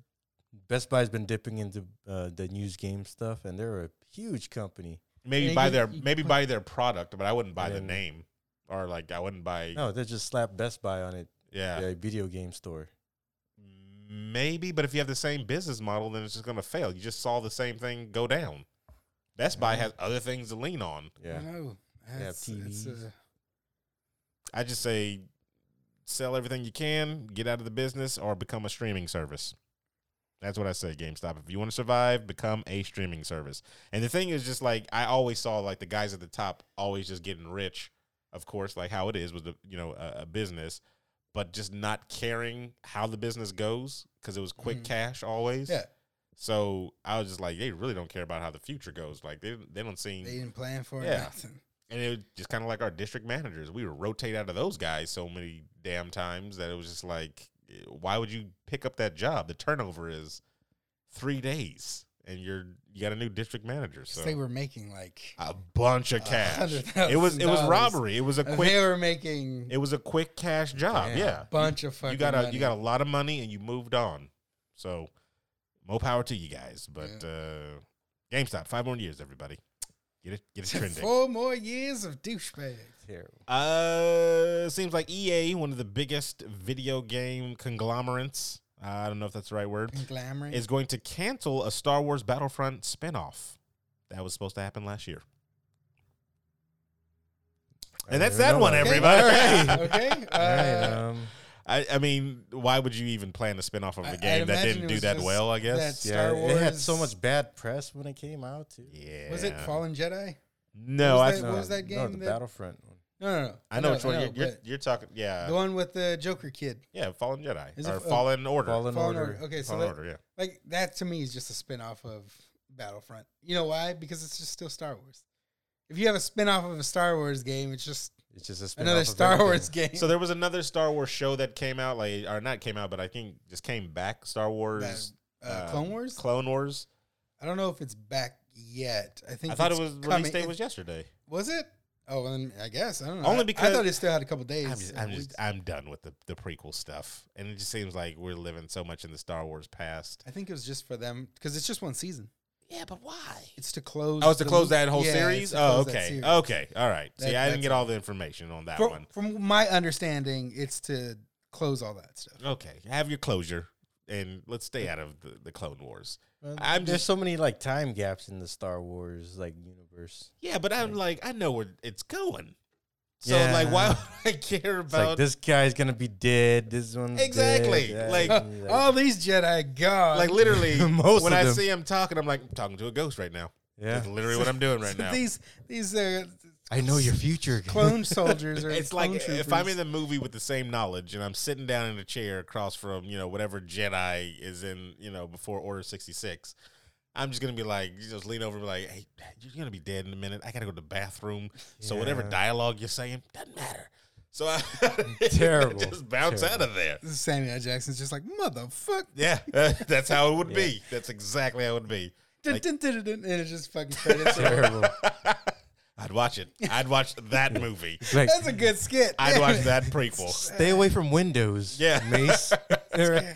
Speaker 3: Best Buy's been dipping into uh, the news game stuff, and they're a huge company.
Speaker 2: Maybe
Speaker 4: Yeah,
Speaker 2: buy
Speaker 4: you-
Speaker 2: their
Speaker 4: you
Speaker 2: maybe
Speaker 4: put-
Speaker 2: buy their product, but I wouldn't buy the
Speaker 3: Yeah.
Speaker 2: name or like I wouldn't buy.
Speaker 3: No, they just slap Best Buy on it,
Speaker 2: Yeah,
Speaker 3: the video game store.
Speaker 2: maybe. But if you have the same business model, then it's just gonna fail. You just saw the same thing go down. Best Buy
Speaker 3: Yeah.
Speaker 2: has other things to lean on.
Speaker 3: Yeah,
Speaker 4: No. That's, it's,
Speaker 3: TVs.
Speaker 4: uh,
Speaker 2: I just say sell everything you can, get out of the business, or become a streaming service. That's what I say, GameStop. If you want to survive, become a streaming service. And the thing is just like I always saw like the guys at the top always just getting rich, of course, like how it is with the you know, a, a business, but just not caring how the business goes because it was quick
Speaker 4: Mhm.
Speaker 2: cash always.
Speaker 4: yeah,
Speaker 2: So I was just like, they really don't care about how the future goes. Like they they don't seem
Speaker 4: they didn't plan for it.
Speaker 2: Yeah.
Speaker 4: Nothing.
Speaker 2: and it was just kind of like our district managers. We were rotate out of those guys so many damn times that it was just like, why would you pick up that job? The turnover is three days, and you're you got a new district manager.
Speaker 4: 'Cause
Speaker 2: So
Speaker 4: They were making like
Speaker 2: a bunch of
Speaker 4: A
Speaker 2: cash.
Speaker 4: hundred
Speaker 2: It was it was
Speaker 4: thousand
Speaker 2: robbery. It was a
Speaker 4: they
Speaker 2: quick
Speaker 4: were making
Speaker 2: it was a quick cash job.
Speaker 3: Damn.
Speaker 2: Yeah,
Speaker 4: a bunch of fucking.
Speaker 2: you got a
Speaker 4: money.
Speaker 2: you got a lot of money and you moved on. So more power to you guys, but uh, GameStop, five more years, everybody. Get it, get it trending.
Speaker 4: Four more years of douchebags.
Speaker 3: Terrible.
Speaker 2: Uh, seems like EA, one of the biggest video game conglomerates. uh, I don't know if that's the right word.
Speaker 4: Mm, Glamour.
Speaker 2: Is going to cancel a Star Wars Battlefront spinoff that was supposed to happen last year. And that's that one,
Speaker 3: every.
Speaker 2: everybody.
Speaker 4: okay.
Speaker 3: All right.
Speaker 4: uh,
Speaker 3: Um,
Speaker 2: I, I mean, why would you even plan a spinoff of
Speaker 4: I-
Speaker 2: a
Speaker 4: I'd
Speaker 2: game that
Speaker 4: imagine
Speaker 2: didn't
Speaker 4: it
Speaker 2: do
Speaker 4: was
Speaker 2: that
Speaker 4: just
Speaker 2: well? I guess.
Speaker 4: that-
Speaker 3: yeah,
Speaker 4: Star
Speaker 3: it had
Speaker 4: Wars-
Speaker 3: so much bad press when it came out. Too.
Speaker 2: Yeah.
Speaker 4: Was it Fallen Jedi?
Speaker 2: No,
Speaker 4: was
Speaker 2: I,
Speaker 4: that- what was that
Speaker 3: No,
Speaker 4: game
Speaker 3: the
Speaker 4: that-
Speaker 3: Battlefront one.
Speaker 4: No, no, no.
Speaker 2: I know
Speaker 4: No,
Speaker 2: which one
Speaker 4: no,
Speaker 2: you're, you're,
Speaker 4: but
Speaker 2: you're talking. Yeah,
Speaker 4: the one with the Joker kid.
Speaker 2: yeah, Fallen Jedi
Speaker 4: Is it
Speaker 2: or
Speaker 4: f- uh,
Speaker 2: Fallen Order.
Speaker 3: Fallen,
Speaker 4: Fallen
Speaker 3: Order.
Speaker 4: Order. Okay, so
Speaker 2: Fallen
Speaker 4: that,
Speaker 2: Order. Yeah.
Speaker 4: like that to me is just a spin-off of Battlefront. You know why? Because it's just still Star Wars. If you have a spin-off of a Star Wars game, it's just
Speaker 3: It's just a spin-off
Speaker 4: another
Speaker 3: of
Speaker 4: Star
Speaker 3: everything.
Speaker 4: Wars game.
Speaker 2: So there was another Star Wars show that came out, like or not came out, but I think just came back. Star Wars,
Speaker 4: That, uh,
Speaker 2: um,
Speaker 4: Clone Wars?
Speaker 2: Clone Wars.
Speaker 4: I don't know if it's back yet. I think
Speaker 2: I thought it
Speaker 4: it's
Speaker 2: was
Speaker 4: coming.
Speaker 2: release date
Speaker 4: It-
Speaker 2: was yesterday.
Speaker 4: was it? Oh, well, then I guess I don't know.
Speaker 2: Only
Speaker 4: I-
Speaker 2: because-
Speaker 4: I thought it still had a couple days.
Speaker 2: I'm just,
Speaker 4: uh,
Speaker 2: I'm just,
Speaker 4: weeks.
Speaker 2: I'm done with the the prequel stuff, and it just seems like we're living so much in the Star Wars past.
Speaker 4: I think it was just for them because it's just one season.
Speaker 2: Yeah, but why?
Speaker 4: It's to close.
Speaker 2: Oh, it's to
Speaker 4: the
Speaker 2: close
Speaker 4: loop.
Speaker 2: that whole
Speaker 4: Yeah, it's
Speaker 2: series.
Speaker 4: to
Speaker 2: Oh,
Speaker 4: close that
Speaker 2: okay,
Speaker 4: series.
Speaker 2: okay, all right. See,
Speaker 4: That-
Speaker 2: I didn't
Speaker 4: that's
Speaker 2: get all the information on that
Speaker 4: From,
Speaker 2: one.
Speaker 4: from my understanding, it's to close all that stuff.
Speaker 2: Okay, have your closure, and let's stay out of the, the Clone Wars.
Speaker 3: Well,
Speaker 2: I'm
Speaker 3: There's
Speaker 2: just-
Speaker 3: so many like time gaps in the Star Wars like universe.
Speaker 2: Yeah, but I'm like, I know where it's going. So
Speaker 3: Yeah.
Speaker 2: like, why would I care
Speaker 3: It's like
Speaker 2: about
Speaker 3: this guy's gonna be dead. This one's
Speaker 2: Exactly,
Speaker 3: dead,
Speaker 2: like-
Speaker 3: yeah,
Speaker 4: all these Jedi gods.
Speaker 2: like literally
Speaker 3: Most
Speaker 2: when
Speaker 3: of
Speaker 2: I
Speaker 3: them.
Speaker 2: see him talking, I'm like I'm talking to a ghost right now.
Speaker 3: yeah.
Speaker 2: That's literally what I'm doing right now.
Speaker 4: these these uh,
Speaker 3: I know your future.
Speaker 4: clone soldiers or
Speaker 2: It's like
Speaker 4: clone
Speaker 2: if I'm
Speaker 4: troopers.
Speaker 2: in the movie with the same knowledge and I'm sitting down in a chair across from you know whatever Jedi is in you know before Order 66. I'm just gonna be like, you just lean over and be like, "Hey, you're gonna be dead in a minute. I gotta go to the bathroom. So whatever
Speaker 3: Yeah.
Speaker 2: dialogue you're saying doesn't matter. So I
Speaker 3: Terrible.
Speaker 2: just bounce
Speaker 3: Terrible.
Speaker 2: out of there.
Speaker 4: Samuel L. Jackson's just like motherfucker,
Speaker 2: Yeah, that's how it would be. That's exactly how it would be.
Speaker 4: Dun, dun, dun, dun, dun, and it's just fucking credits.
Speaker 3: Terrible.
Speaker 2: I'd watch it. I'd watch that movie.
Speaker 3: It's like,
Speaker 4: That's a good skit.
Speaker 2: I'd
Speaker 4: damn
Speaker 2: watch
Speaker 4: it.
Speaker 2: that prequel.
Speaker 3: stay away from windows.
Speaker 2: Yeah.
Speaker 3: Mace.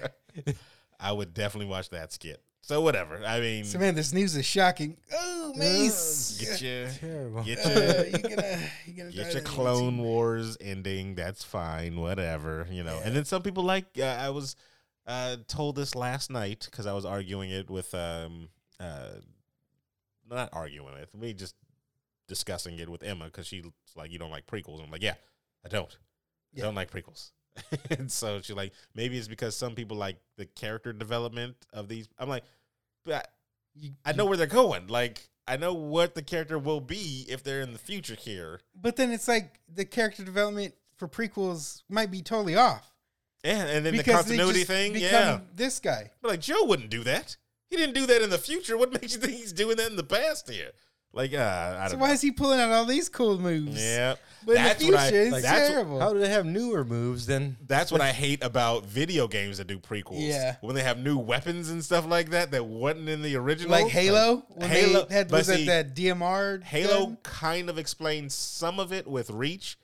Speaker 2: I would definitely watch that skit. So whatever. I mean,
Speaker 4: So man, this news is shocking. Oh, Mace,
Speaker 2: get your
Speaker 3: Terrible.
Speaker 2: get
Speaker 4: Uh,
Speaker 2: your
Speaker 4: you gonna you gonna
Speaker 2: get
Speaker 4: die
Speaker 2: your
Speaker 4: that
Speaker 2: Clone Wars ending. That's fine. Whatever you know. And then some people like uh, I was uh, told this last night because I was arguing it with um uh not arguing with we just discussing it with Emma because she's like you don't like prequels. I'm like yeah I don't.
Speaker 4: Yeah.
Speaker 2: I don't like prequels. and so she's like, maybe it's because some people like the character development of these. I'm like, but
Speaker 4: You-
Speaker 2: I know where they're going. Like, I know what the character will be if they're in the future here.
Speaker 4: But then it's like the character development for prequels might be totally off.
Speaker 2: Yeah, and then the
Speaker 4: Because they
Speaker 2: continuity
Speaker 4: just
Speaker 2: thing.
Speaker 4: become
Speaker 2: Yeah,
Speaker 4: This guy.
Speaker 2: but like Joe wouldn't do that. He didn't do that in the future. What makes you think he's doing that in the past here? Like, uh, I
Speaker 4: So
Speaker 2: don't.
Speaker 4: why
Speaker 2: know.
Speaker 4: is he pulling out all these cool moves?
Speaker 2: Yeah,
Speaker 4: But in the
Speaker 2: That's what I-
Speaker 4: future, it's
Speaker 2: that's-
Speaker 4: terrible.
Speaker 3: How do they have newer moves than
Speaker 2: That's what I hate about video games that do prequels.
Speaker 4: Yeah.
Speaker 2: When they have new weapons and stuff like that that wasn't in the original.
Speaker 4: like Halo, when
Speaker 2: Halo-
Speaker 4: they had
Speaker 2: but
Speaker 4: was that
Speaker 2: see,
Speaker 4: that DMR
Speaker 2: Halo
Speaker 4: gun?
Speaker 2: kind of explains some of it with Reach,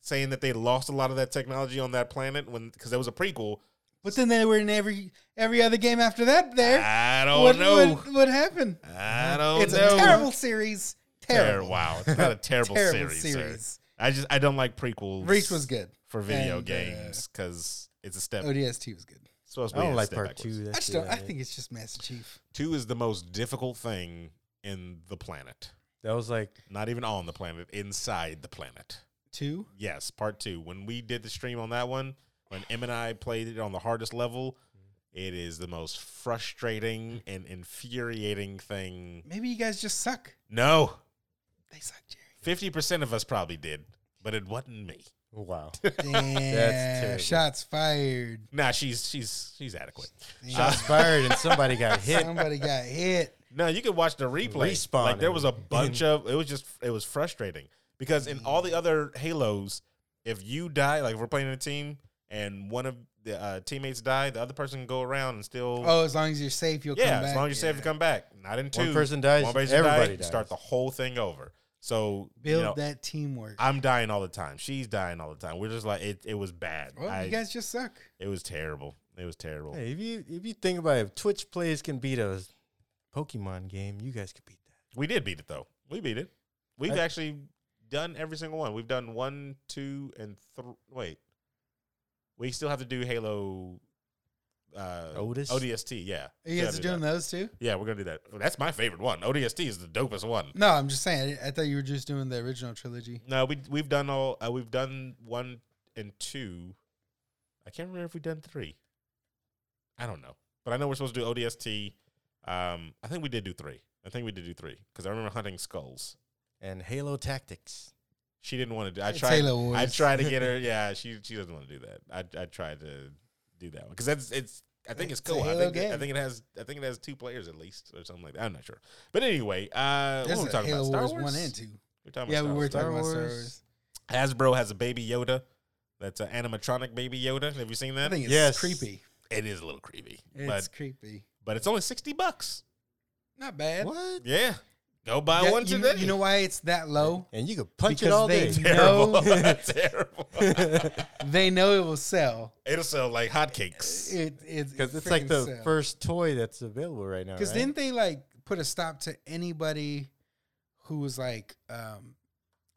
Speaker 2: saying that they lost a lot of that technology on that planet when because there was a prequel.
Speaker 4: But then they were in every every other game after that. There,
Speaker 2: I don't
Speaker 4: what,
Speaker 2: know.
Speaker 4: what what happened?
Speaker 2: I don't
Speaker 4: it's
Speaker 2: know.
Speaker 4: a terrible series.
Speaker 2: Ter-
Speaker 4: Terrible.
Speaker 2: Wow, it's not a terrible,
Speaker 4: Terrible
Speaker 2: series. sir.
Speaker 4: series.
Speaker 2: I just I don't like prequels.
Speaker 4: Reach was good.
Speaker 2: for video
Speaker 4: and, uh, Oh,
Speaker 2: games because it's a step.
Speaker 4: ODST was good.
Speaker 2: it's supposed to
Speaker 3: I
Speaker 2: be
Speaker 3: don't
Speaker 2: a
Speaker 3: like
Speaker 2: step
Speaker 3: part
Speaker 2: backwards.
Speaker 3: two.
Speaker 4: I just don't. I think it's just Master Chief.
Speaker 2: Two is the most difficult thing in the planet.
Speaker 3: that was like
Speaker 2: Not even on the planet, inside the planet.
Speaker 4: Two.
Speaker 2: Yes, part two. When we did the stream on that one, when M and I played it on the hardest level, it is the most frustrating and infuriating thing.
Speaker 4: Maybe you guys just suck.
Speaker 2: No,
Speaker 4: They suck, Jerry.
Speaker 2: fifty percent of us probably did, but it wasn't me.
Speaker 3: wow.
Speaker 4: Damn.
Speaker 3: terrible.
Speaker 4: Shots fired.
Speaker 2: Nah, she's she's she's adequate.
Speaker 3: Shots fired and somebody got hit.
Speaker 4: Somebody got hit.
Speaker 2: No, you can watch the replay.
Speaker 3: Respawn
Speaker 2: Like there was a
Speaker 3: and-
Speaker 2: bunch of it was just it was frustrating because in all the other Halos, if you die, like if we're playing in a team and one of the uh, teammates die, the other person can go around and still
Speaker 4: Oh, as long as you're safe, you'll
Speaker 2: Yeah,
Speaker 4: come back.
Speaker 2: as long as you're safe to come back. Not in two.
Speaker 3: One person dies, everybody
Speaker 2: died, Start
Speaker 3: dies.
Speaker 2: the whole thing over. So you
Speaker 4: Build
Speaker 2: know,
Speaker 4: that teamwork.
Speaker 2: I'm dying all the time. She's dying all the time. We're just like it. It was bad.
Speaker 4: well,
Speaker 2: I-
Speaker 4: you guys just suck.
Speaker 2: it was terrible. It was terrible.
Speaker 3: Hey, if you if you think about it, if Twitch plays can beat a Pokemon game. You guys could beat that.
Speaker 2: We did beat it though. We beat it. We've
Speaker 3: I-
Speaker 2: actually done every single one. We've done one, two, and three. Wait, we still have to do Halo. Uh,
Speaker 3: Otis?
Speaker 2: ODST. Yeah.
Speaker 4: Are
Speaker 2: Still
Speaker 4: you guys
Speaker 2: gotta do
Speaker 4: doing
Speaker 2: that.
Speaker 4: those too?
Speaker 2: Yeah, we're gonna do that. That's my favorite one. ODST is the dopest one.
Speaker 4: No, I'm just saying. I I thought you were just doing the original trilogy.
Speaker 2: No, we we've done all. Uh, we've done one and two. I can't remember if we've done three. I don't know, but I know we're supposed to do ODST. Um, I think we did do three. I think we did do three because I remember hunting skulls.
Speaker 3: And Halo Tactics.
Speaker 2: She didn't want to do. I
Speaker 4: It's
Speaker 2: tried.
Speaker 4: Halo Wars.
Speaker 2: I tried to get her. Yeah, she she doesn't want to do that. I I tried to do that one because that's it's. I think it's
Speaker 4: It's a
Speaker 2: cool. I
Speaker 4: Halo
Speaker 2: think, it- I
Speaker 4: game.
Speaker 2: think it has. I think it has two players at least, or something like that. I'm not sure. But anyway, uh, what
Speaker 4: There's
Speaker 2: were we
Speaker 4: a
Speaker 2: talking
Speaker 4: Halo
Speaker 2: about? Star
Speaker 4: Wars
Speaker 2: Wars.
Speaker 4: one and two.
Speaker 2: We're talking
Speaker 4: Yeah,
Speaker 2: about
Speaker 4: we
Speaker 2: Star
Speaker 4: were
Speaker 2: Wars.
Speaker 4: talking about
Speaker 3: Wars.
Speaker 4: Star Wars.
Speaker 2: Hasbro has a baby Yoda. That's an animatronic baby Yoda. Have you seen that?
Speaker 4: I think it's
Speaker 3: Yes.
Speaker 4: creepy.
Speaker 2: it is a little creepy,
Speaker 4: It's
Speaker 2: but
Speaker 4: creepy.
Speaker 2: but it's only sixty bucks.
Speaker 4: Not bad.
Speaker 3: What?
Speaker 2: Yeah, go buy
Speaker 4: Yeah,
Speaker 2: one
Speaker 4: you,
Speaker 2: today.
Speaker 4: you know why it's that low?
Speaker 3: And you could punch it
Speaker 4: Because
Speaker 3: all
Speaker 4: they-
Speaker 3: day.
Speaker 2: terrible,
Speaker 4: No.
Speaker 2: terrible.
Speaker 4: They know it will sell.
Speaker 2: It'll sell like hotcakes.
Speaker 4: It it's
Speaker 3: Because it's like the first toy that's available right now.
Speaker 4: Because
Speaker 3: right?
Speaker 4: didn't they like put a stop to anybody who was like um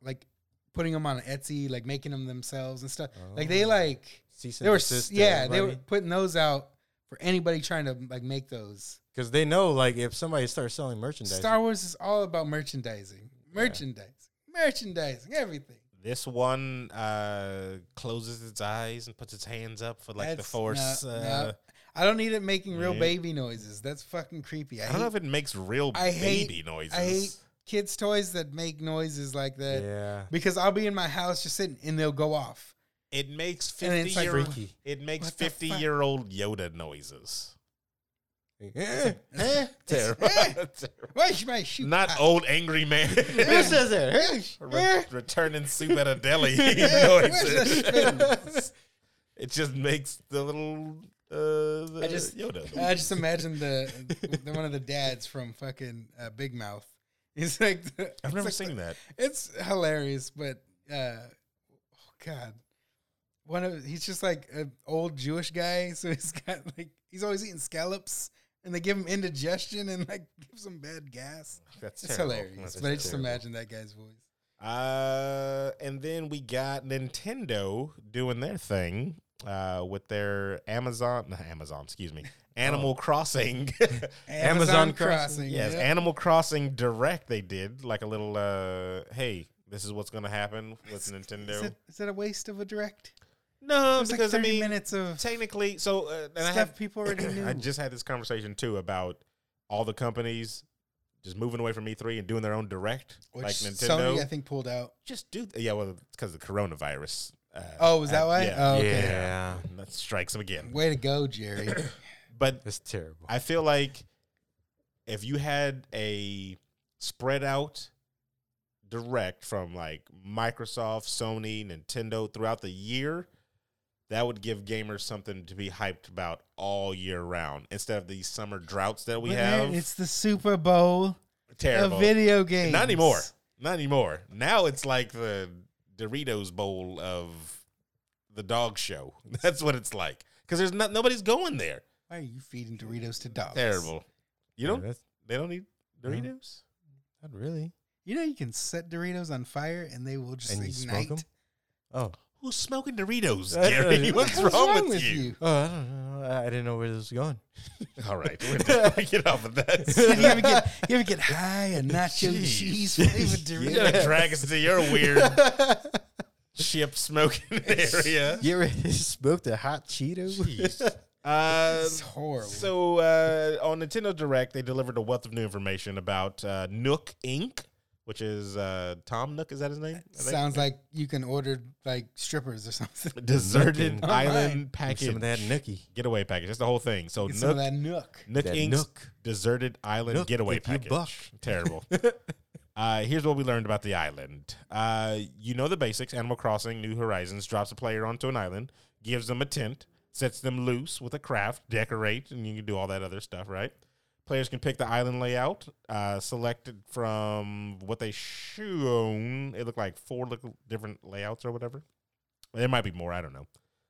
Speaker 4: like putting them on Etsy, like making them themselves and stuff. Like they
Speaker 3: Oh.
Speaker 4: like
Speaker 3: Cease and
Speaker 4: they were
Speaker 3: desist uh,
Speaker 4: s
Speaker 3: to
Speaker 4: yeah they were
Speaker 3: everybody.
Speaker 4: putting those out for anybody trying to like make those.
Speaker 3: Because they know, like, if somebody starts selling merchandise,
Speaker 4: Star Wars is all about merchandising, merchandising, merchandising, everything.
Speaker 2: This one uh, closes its eyes and puts its hands up for like the
Speaker 4: That's-
Speaker 2: force.
Speaker 4: no,
Speaker 2: uh,
Speaker 4: no. I don't need it making real
Speaker 2: Yeah.
Speaker 4: baby noises. That's fucking creepy.
Speaker 2: I
Speaker 4: I, hate,
Speaker 2: don't know if it makes real
Speaker 4: I hate-
Speaker 2: baby noises.
Speaker 4: I hate kids' toys that make noises like that
Speaker 3: yeah,
Speaker 4: because I'll be in my house just sitting and they'll go off.
Speaker 2: It makes
Speaker 4: And
Speaker 2: fifty
Speaker 4: it's like-
Speaker 2: year
Speaker 3: freaky.
Speaker 2: it makes
Speaker 4: What the fuck?
Speaker 2: fifty year old Yoda noises.
Speaker 3: Eh, eh.
Speaker 2: Terrible.
Speaker 4: Where's my shoe?
Speaker 2: Not old angry man.
Speaker 3: Who says that? Eh.
Speaker 2: Re- returning soup at a deli
Speaker 4: Where's the
Speaker 2: noises. it just makes the little uh, the
Speaker 4: I just-
Speaker 2: Yoda.
Speaker 4: I just imagine the, the one of the dads from fucking uh, Big Mouth. He's like, the,
Speaker 2: I've never
Speaker 4: it's like-
Speaker 2: seen that.
Speaker 4: It's hilarious, but uh, oh god, one of he's just like an old Jewish guy, so he's got like he's always eating scallops, and they give him indigestion and like gives him bad gas.
Speaker 2: That's
Speaker 4: It's
Speaker 2: terrible.
Speaker 4: hilarious,
Speaker 2: That's
Speaker 4: but I just
Speaker 2: terrible.
Speaker 4: imagine that guy's voice.
Speaker 2: Uh, and then we got Nintendo doing their thing uh, with their Amazon, not Amazon, excuse me, Animal Crossing.
Speaker 3: Amazon Crossing.
Speaker 2: yes,
Speaker 4: Oh. yeah.
Speaker 2: Animal Crossing Direct. They did like a little, uh, hey, this is what's going to happen with
Speaker 4: Is,
Speaker 2: Nintendo.
Speaker 4: it, is that a waste of a direct?
Speaker 2: no,
Speaker 4: It's like
Speaker 2: because
Speaker 4: thirty
Speaker 2: I mean,
Speaker 4: minutes of
Speaker 2: technically, so uh, and I
Speaker 4: stuff
Speaker 2: have
Speaker 4: people already knew.
Speaker 2: I just had this conversation too about all the companies just moving away from E3 and doing their own direct,
Speaker 4: Which
Speaker 2: like Nintendo.
Speaker 4: Sony, I think, pulled out.
Speaker 2: just do, th- yeah, well, because of the coronavirus. Uh,
Speaker 4: Oh, was that
Speaker 2: uh,
Speaker 4: why?
Speaker 2: Yeah,
Speaker 4: Oh, okay.
Speaker 3: Yeah,
Speaker 2: that strikes them again.
Speaker 4: Way to go, Jerry.
Speaker 2: But
Speaker 3: it's terrible.
Speaker 2: I feel like if you had a spread out direct from like Microsoft, Sony, Nintendo throughout the year, that would give gamers something to be hyped about all year round instead of these summer droughts that we
Speaker 4: But, man,
Speaker 2: have.
Speaker 4: It's the Super Bowl
Speaker 2: terrible.
Speaker 4: of video games.
Speaker 2: Not anymore. Not anymore. Now it's like the Doritos bowl of the dog show. That's what it's like because there's not nobody's going there.
Speaker 4: Why are you feeding Doritos to dogs?
Speaker 2: Terrible. You
Speaker 3: Yeah,
Speaker 2: don't.
Speaker 3: that's
Speaker 2: They don't need
Speaker 3: No.
Speaker 2: Doritos.
Speaker 3: not really.
Speaker 4: You know you can set Doritos on fire and they will just
Speaker 3: And you
Speaker 4: ignite.
Speaker 3: smoke them? Oh,
Speaker 2: Who's smoking Doritos,
Speaker 3: I don't
Speaker 2: Gary?
Speaker 3: know.
Speaker 2: What's
Speaker 4: What's
Speaker 2: wrong, with, you?
Speaker 3: oh, I don't know. I I didn't know where this was going.
Speaker 2: All right, we're gonna get off of
Speaker 4: you,
Speaker 2: that.
Speaker 4: ever get, you ever get high and nacho
Speaker 2: Jeez.
Speaker 4: cheese flavored
Speaker 2: You
Speaker 4: Doritos?
Speaker 2: gotta drag us to your weird chip smoking area.
Speaker 3: You ever smoked a hot Cheeto?
Speaker 2: Jeez. Uh,
Speaker 4: It's horrible.
Speaker 2: So uh, on Nintendo Direct, they delivered a wealth of new information about uh, Nook Inc., which is uh, Tom Nook. Is that his name? I think.
Speaker 4: Sounds like you can order like strippers or something.
Speaker 2: Deserted
Speaker 3: Nook Inc.
Speaker 2: Island
Speaker 4: Alright.
Speaker 2: Package.
Speaker 3: Some of that nookie.
Speaker 2: getaway package. That's the whole thing. So
Speaker 4: Get some
Speaker 2: Nook,
Speaker 4: of that nook.
Speaker 2: Nook
Speaker 3: That
Speaker 2: Inc.'s
Speaker 3: Nook.
Speaker 2: Deserted Island
Speaker 3: Nook,
Speaker 2: Getaway
Speaker 3: if you
Speaker 2: Package.
Speaker 3: buck.
Speaker 2: Terrible. Uh, here's what we learned about the island. Uh, you know the basics. Animal Crossing New Horizons drops a player onto an island, gives them a tent, sets them loose with a craft, decorate, and you can do all that other stuff, right? Players can pick the island layout, uh, selected from what they shown. It looked like four look- different layouts or whatever. There might be more. I don't know.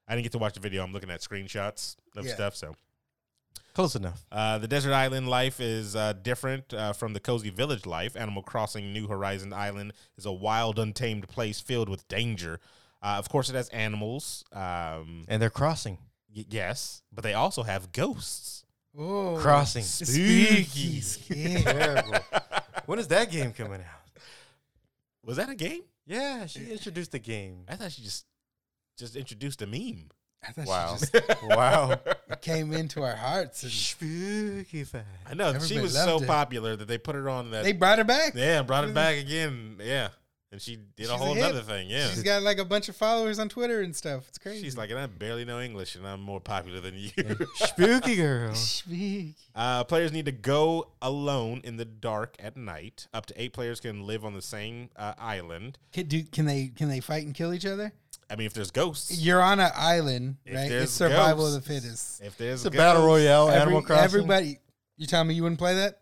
Speaker 2: I didn't get to watch the video. I'm looking at screenshots of
Speaker 4: Yeah.
Speaker 2: stuff. So
Speaker 3: Close enough.
Speaker 2: Uh, the desert island life is uh, different uh, from the cozy village life. Animal Crossing New Horizon Island is a wild, untamed place filled with danger. Uh, of course, it has animals. Um,
Speaker 3: And they're crossing.
Speaker 2: y- yes, but they also have ghosts.
Speaker 4: Oh,
Speaker 3: Crossing.
Speaker 2: Spooky.
Speaker 3: Terrible. when is that game coming out?
Speaker 2: Was that a game?
Speaker 3: Yeah, she introduced the game.
Speaker 2: I thought she just just introduced a meme.
Speaker 4: I thought
Speaker 2: Wow.
Speaker 4: she just
Speaker 3: Wow.
Speaker 4: came into our hearts. And
Speaker 3: Spooky fast.
Speaker 2: I know she
Speaker 4: Everybody
Speaker 2: was so
Speaker 4: loved it.
Speaker 2: popular that they put her on that.
Speaker 4: they brought her back.
Speaker 2: yeah, brought it back again. Yeah, and she did
Speaker 4: She's
Speaker 2: a
Speaker 4: a
Speaker 2: whole
Speaker 4: hit.
Speaker 2: other thing. Yeah,
Speaker 4: She's got like a bunch of followers on Twitter and stuff. It's crazy.
Speaker 2: she's like, and I barely know English, and I'm more popular than you.
Speaker 3: Spooky girl.
Speaker 4: Speak.
Speaker 2: Uh, players need to go alone in the dark at night. Up to eight players can live on the same uh, island.
Speaker 4: Can, do, can they can they fight and kill each other?
Speaker 2: I mean, if there's ghosts,
Speaker 4: You're on an island,
Speaker 2: If
Speaker 4: right?
Speaker 2: there's
Speaker 4: It's survival of
Speaker 2: ghosts, Oh,
Speaker 4: the fittest.
Speaker 2: if there's
Speaker 3: It's a battle royale,
Speaker 4: Every-
Speaker 3: Animal Crossing.
Speaker 4: Everybody, you tell me you wouldn't play that,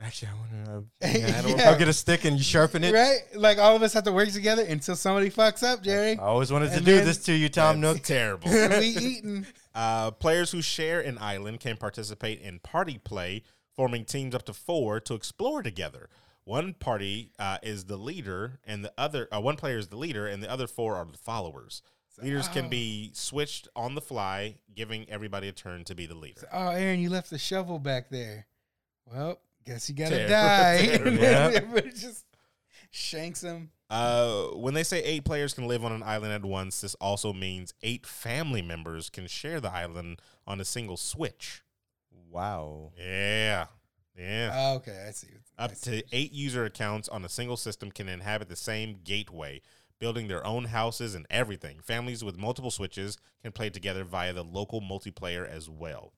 Speaker 3: Actually, I uh, want to.
Speaker 4: Hey,
Speaker 3: Animal.
Speaker 4: yeah.
Speaker 3: I'll get a stick and you sharpen it.
Speaker 4: right? Like all of us have to work together until somebody fucks up, Jerry.
Speaker 3: I always wanted to
Speaker 4: And
Speaker 3: do
Speaker 4: then-
Speaker 3: this to you, Tom Nook.
Speaker 2: that's terrible.
Speaker 4: And we eating.
Speaker 2: Uh, players who share an island can participate in party play, forming teams up to four to explore together. One party uh, is the leader, and the other uh, one player is the leader, and the other four are the followers. Leaders
Speaker 4: oh.
Speaker 2: can be switched on the fly, giving everybody a turn to be the leader.
Speaker 4: Oh, Aaron, you left the shovel back there. Well, guess you gotta
Speaker 2: Terrible,
Speaker 4: die.
Speaker 2: terrible.
Speaker 4: And then everybody just shanks him.
Speaker 2: Uh, when they say eight players can live on an island at once, this also means eight family members can share the island on a single Switch.
Speaker 3: Wow.
Speaker 2: Yeah. Yeah.
Speaker 4: Oh, okay, I see. I
Speaker 2: Up
Speaker 4: see.
Speaker 2: to eight user accounts on a single system can inhabit the same gateway, building their own houses and everything. Families with multiple switches can play together via the local multiplayer as well.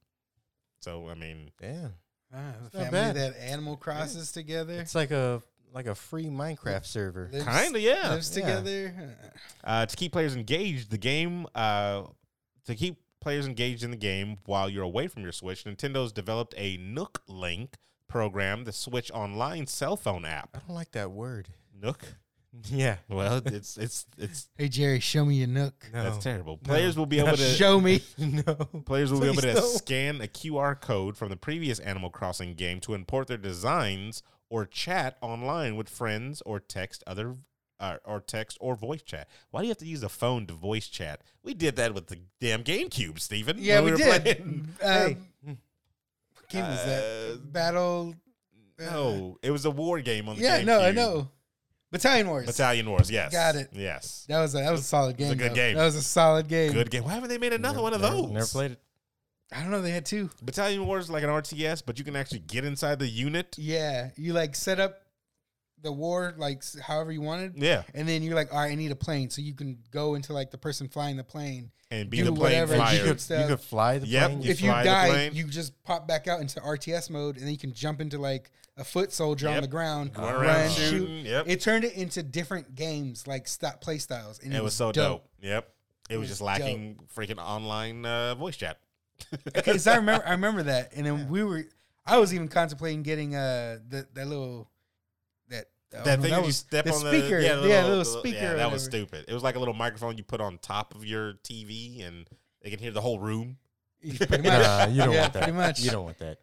Speaker 2: So, I mean,
Speaker 3: Damn.
Speaker 4: Ah, the
Speaker 3: not bad.
Speaker 4: family that animal crosses together,
Speaker 3: It's like a like a free Minecraft server.
Speaker 4: lives-
Speaker 2: kind of, yeah.
Speaker 4: lives
Speaker 3: yeah.
Speaker 4: together.
Speaker 2: Uh, to keep players engaged, the game uh, to keep players engaged in the game while you're away from your Switch, Nintendo's developed a Nook Link program, the Switch Online cell phone
Speaker 3: I
Speaker 2: app.
Speaker 3: don't like that word.
Speaker 2: Nook.
Speaker 3: Yeah.
Speaker 2: Well, it's it's it's
Speaker 4: Hey Jerry, show me your nook.
Speaker 3: Oh. No.
Speaker 2: that's terrible. Players will be able to
Speaker 4: Show me.
Speaker 3: no.
Speaker 2: Players will be able
Speaker 3: Please
Speaker 2: to
Speaker 3: don't.
Speaker 2: scan a QR code from the previous Animal Crossing game to import their designs or chat online with friends or text other uh, or text or voice chat. Why do you have to use a phone to voice chat? We did that with the damn GameCube, Steven.
Speaker 4: Yeah,
Speaker 2: when
Speaker 4: we,
Speaker 2: were
Speaker 4: did.
Speaker 2: playing.
Speaker 4: Um,
Speaker 3: Hey.
Speaker 4: What game was
Speaker 2: Uh,
Speaker 4: that? Battle. uh,
Speaker 2: No, it was a war game on the
Speaker 4: yeah,
Speaker 2: GameCube.
Speaker 4: no, I know. Battalion Wars.
Speaker 2: Battalion Wars, yes.
Speaker 4: Got it.
Speaker 2: Yes.
Speaker 4: That was a, that was a solid game.
Speaker 2: was a good
Speaker 4: though.
Speaker 2: game.
Speaker 4: That was a solid game.
Speaker 2: Good game. Why haven't they made another
Speaker 3: Never-
Speaker 2: one of
Speaker 3: never-
Speaker 2: those?
Speaker 3: Never played it.
Speaker 4: I don't know. They had two.
Speaker 2: Battalion Wars is like an RTS, but you can actually get inside the unit.
Speaker 4: Yeah, you like set up the war like s- however you wanted,
Speaker 2: Yeah.
Speaker 4: and then you're like, all right, I need a plane, so you can go into like the person flying the plane.
Speaker 2: And be
Speaker 4: Do
Speaker 2: the plane
Speaker 4: whatever.
Speaker 2: flyer.
Speaker 3: You could, you
Speaker 4: Stuff.
Speaker 3: could fly the
Speaker 2: Yep.
Speaker 3: plane.
Speaker 2: You
Speaker 4: if you
Speaker 2: fly the
Speaker 4: die,
Speaker 2: plane.
Speaker 4: you just pop back out into RTS mode, and then you can jump into like a foot soldier
Speaker 2: Yep.
Speaker 4: on the ground,
Speaker 2: Going around
Speaker 4: run,
Speaker 2: shooting.
Speaker 4: shoot.
Speaker 2: Yep.
Speaker 4: It turned it into different games, like stop play styles, and
Speaker 2: It, was, so dope. Yep. It, was
Speaker 4: was
Speaker 2: just lacking freaking online uh, voice chat.
Speaker 4: Because I remember, I remember that, and then we were. I was even contemplating getting uh the, that little
Speaker 2: that
Speaker 4: Oh, that I don't know,
Speaker 2: thing that you
Speaker 4: was
Speaker 2: step
Speaker 4: the
Speaker 2: on
Speaker 4: speaker,
Speaker 2: the yeah, the
Speaker 4: yeah, little
Speaker 2: the
Speaker 4: speaker.
Speaker 2: Yeah,
Speaker 4: or
Speaker 2: that was
Speaker 4: whatever.
Speaker 2: stupid. It was like a little microphone you put on top of your TV, and they can hear the whole room.
Speaker 4: Pretty much.
Speaker 3: Nah, you don't
Speaker 4: Yeah,
Speaker 3: want that.
Speaker 4: pretty much.
Speaker 3: You don't want that.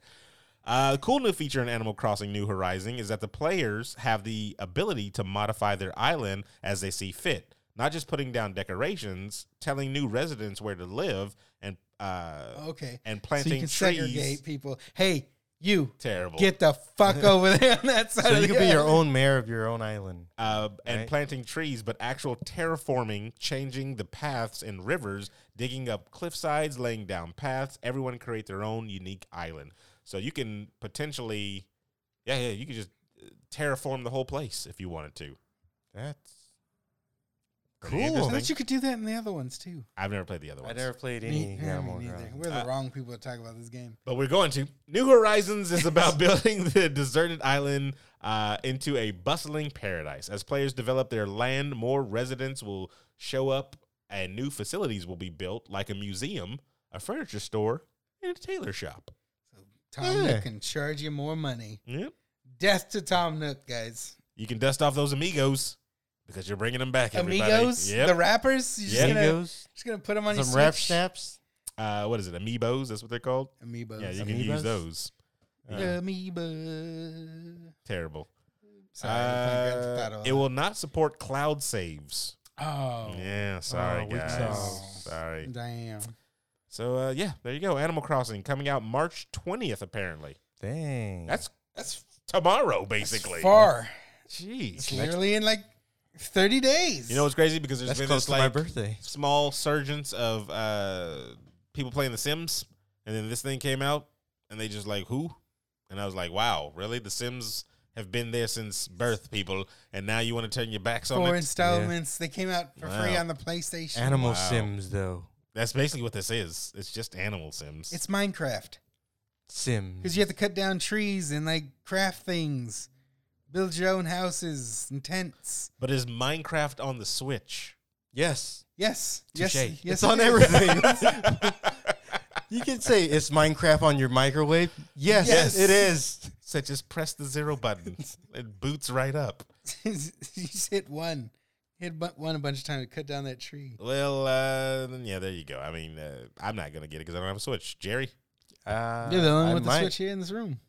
Speaker 2: Uh, a cool new feature in Animal Crossing New Horizon is that the players have the ability to modify their island as they see fit. Not just putting down decorations, telling new residents where to live, and uh,
Speaker 4: Okay.
Speaker 2: and
Speaker 4: So you
Speaker 2: planting
Speaker 4: can
Speaker 2: trees.
Speaker 4: segregate people. Hey, you
Speaker 2: Terrible.
Speaker 4: get the fuck over there on that side.
Speaker 3: So
Speaker 4: of
Speaker 3: you
Speaker 4: the
Speaker 3: could be your
Speaker 4: island.
Speaker 3: own mayor of your own island.
Speaker 2: uh, and
Speaker 3: Right.
Speaker 2: planting trees, but actual terraforming, changing the paths and rivers, digging up cliff sides, laying down paths. Everyone create their own unique island. So you can potentially, yeah, yeah, you could just uh, terraform the whole place if you wanted to.
Speaker 3: That's
Speaker 2: Pretty
Speaker 4: I
Speaker 2: interesting.
Speaker 4: thought you could do that in the other ones too.
Speaker 2: I've never played the other
Speaker 3: I
Speaker 2: ones.
Speaker 3: never played
Speaker 4: Me,
Speaker 3: any
Speaker 4: yeah, me
Speaker 3: Animal
Speaker 4: neither.
Speaker 3: Crossing.
Speaker 4: We're the
Speaker 2: Uh,
Speaker 4: wrong people to talk about this game.
Speaker 2: But we're going to. New Horizons is about building the deserted island uh, into a bustling paradise. As players develop their land, more residents will show up and new facilities will be built, like a museum, a furniture store, and a tailor shop.
Speaker 4: Tom
Speaker 3: Yeah.
Speaker 4: Nook can charge you more money.
Speaker 2: Yep.
Speaker 4: Death to Tom Nook, guys.
Speaker 2: You can dust off those amigos because you're bringing them back. Everybody.
Speaker 4: Amigos,
Speaker 2: Yep.
Speaker 4: the rappers. You're just
Speaker 2: Yeah.
Speaker 4: gonna
Speaker 3: Amigos,
Speaker 4: just gonna put them on your
Speaker 3: some rap
Speaker 4: Switch?
Speaker 3: snaps.
Speaker 2: uh, what is it? Amiibos? That's what they're called.
Speaker 4: Amiibos.
Speaker 2: Yeah, you can use
Speaker 3: Amiibos?
Speaker 2: those.
Speaker 3: Uh,
Speaker 4: Amoeba.
Speaker 2: Terrible.
Speaker 4: Sorry, I got the
Speaker 2: Uh,
Speaker 4: title.
Speaker 2: it will not support cloud saves.
Speaker 4: Oh,
Speaker 2: Yeah, sorry
Speaker 3: weak
Speaker 2: guys.
Speaker 3: sauce.
Speaker 2: Sorry.
Speaker 4: damn.
Speaker 2: So uh, yeah, there you go. Animal Crossing coming out March twentieth. Apparently,
Speaker 3: Dang.
Speaker 2: that's that's tomorrow basically.
Speaker 4: That's far. It's
Speaker 2: Jeez.
Speaker 4: literally in like 30 days.
Speaker 2: You know what's crazy because there's
Speaker 3: that's
Speaker 2: been this
Speaker 3: close to my
Speaker 2: like
Speaker 3: birthday.
Speaker 2: small surgence of uh, people playing The Sims, and then this thing came out, and they just like who, and I was like, wow, really? The Sims have been there since birth, people, and now you want to turn your backs on
Speaker 4: Four
Speaker 2: it?
Speaker 4: installments. They came out for free
Speaker 2: Wow.
Speaker 4: on the PlayStation.
Speaker 3: Animal
Speaker 2: Wow.
Speaker 3: Sims though.
Speaker 2: That's basically what this is. It's just Animal Sims.
Speaker 4: It's Minecraft
Speaker 3: Sims.
Speaker 4: because you have to cut down trees and like craft things, build your own houses and tents.
Speaker 2: but is Minecraft on the Switch?
Speaker 3: yes.
Speaker 4: Yes, yes,
Speaker 3: Touche. it's
Speaker 4: yes. it
Speaker 3: on
Speaker 4: is.
Speaker 3: everything. you can say it's Minecraft on your microwave. Yes,
Speaker 2: Yes.
Speaker 3: it is.
Speaker 2: So just press the zero button. it boots right up.
Speaker 4: you just hit one, hit bu- one a bunch of times to cut down that tree.
Speaker 2: Well, uh, then, yeah, there you go. I mean, uh, I'm not gonna get it because I don't have a Switch. Jerry,
Speaker 3: Uh,
Speaker 4: You're the only
Speaker 3: I
Speaker 4: one with
Speaker 3: might-
Speaker 4: the switch here in this room.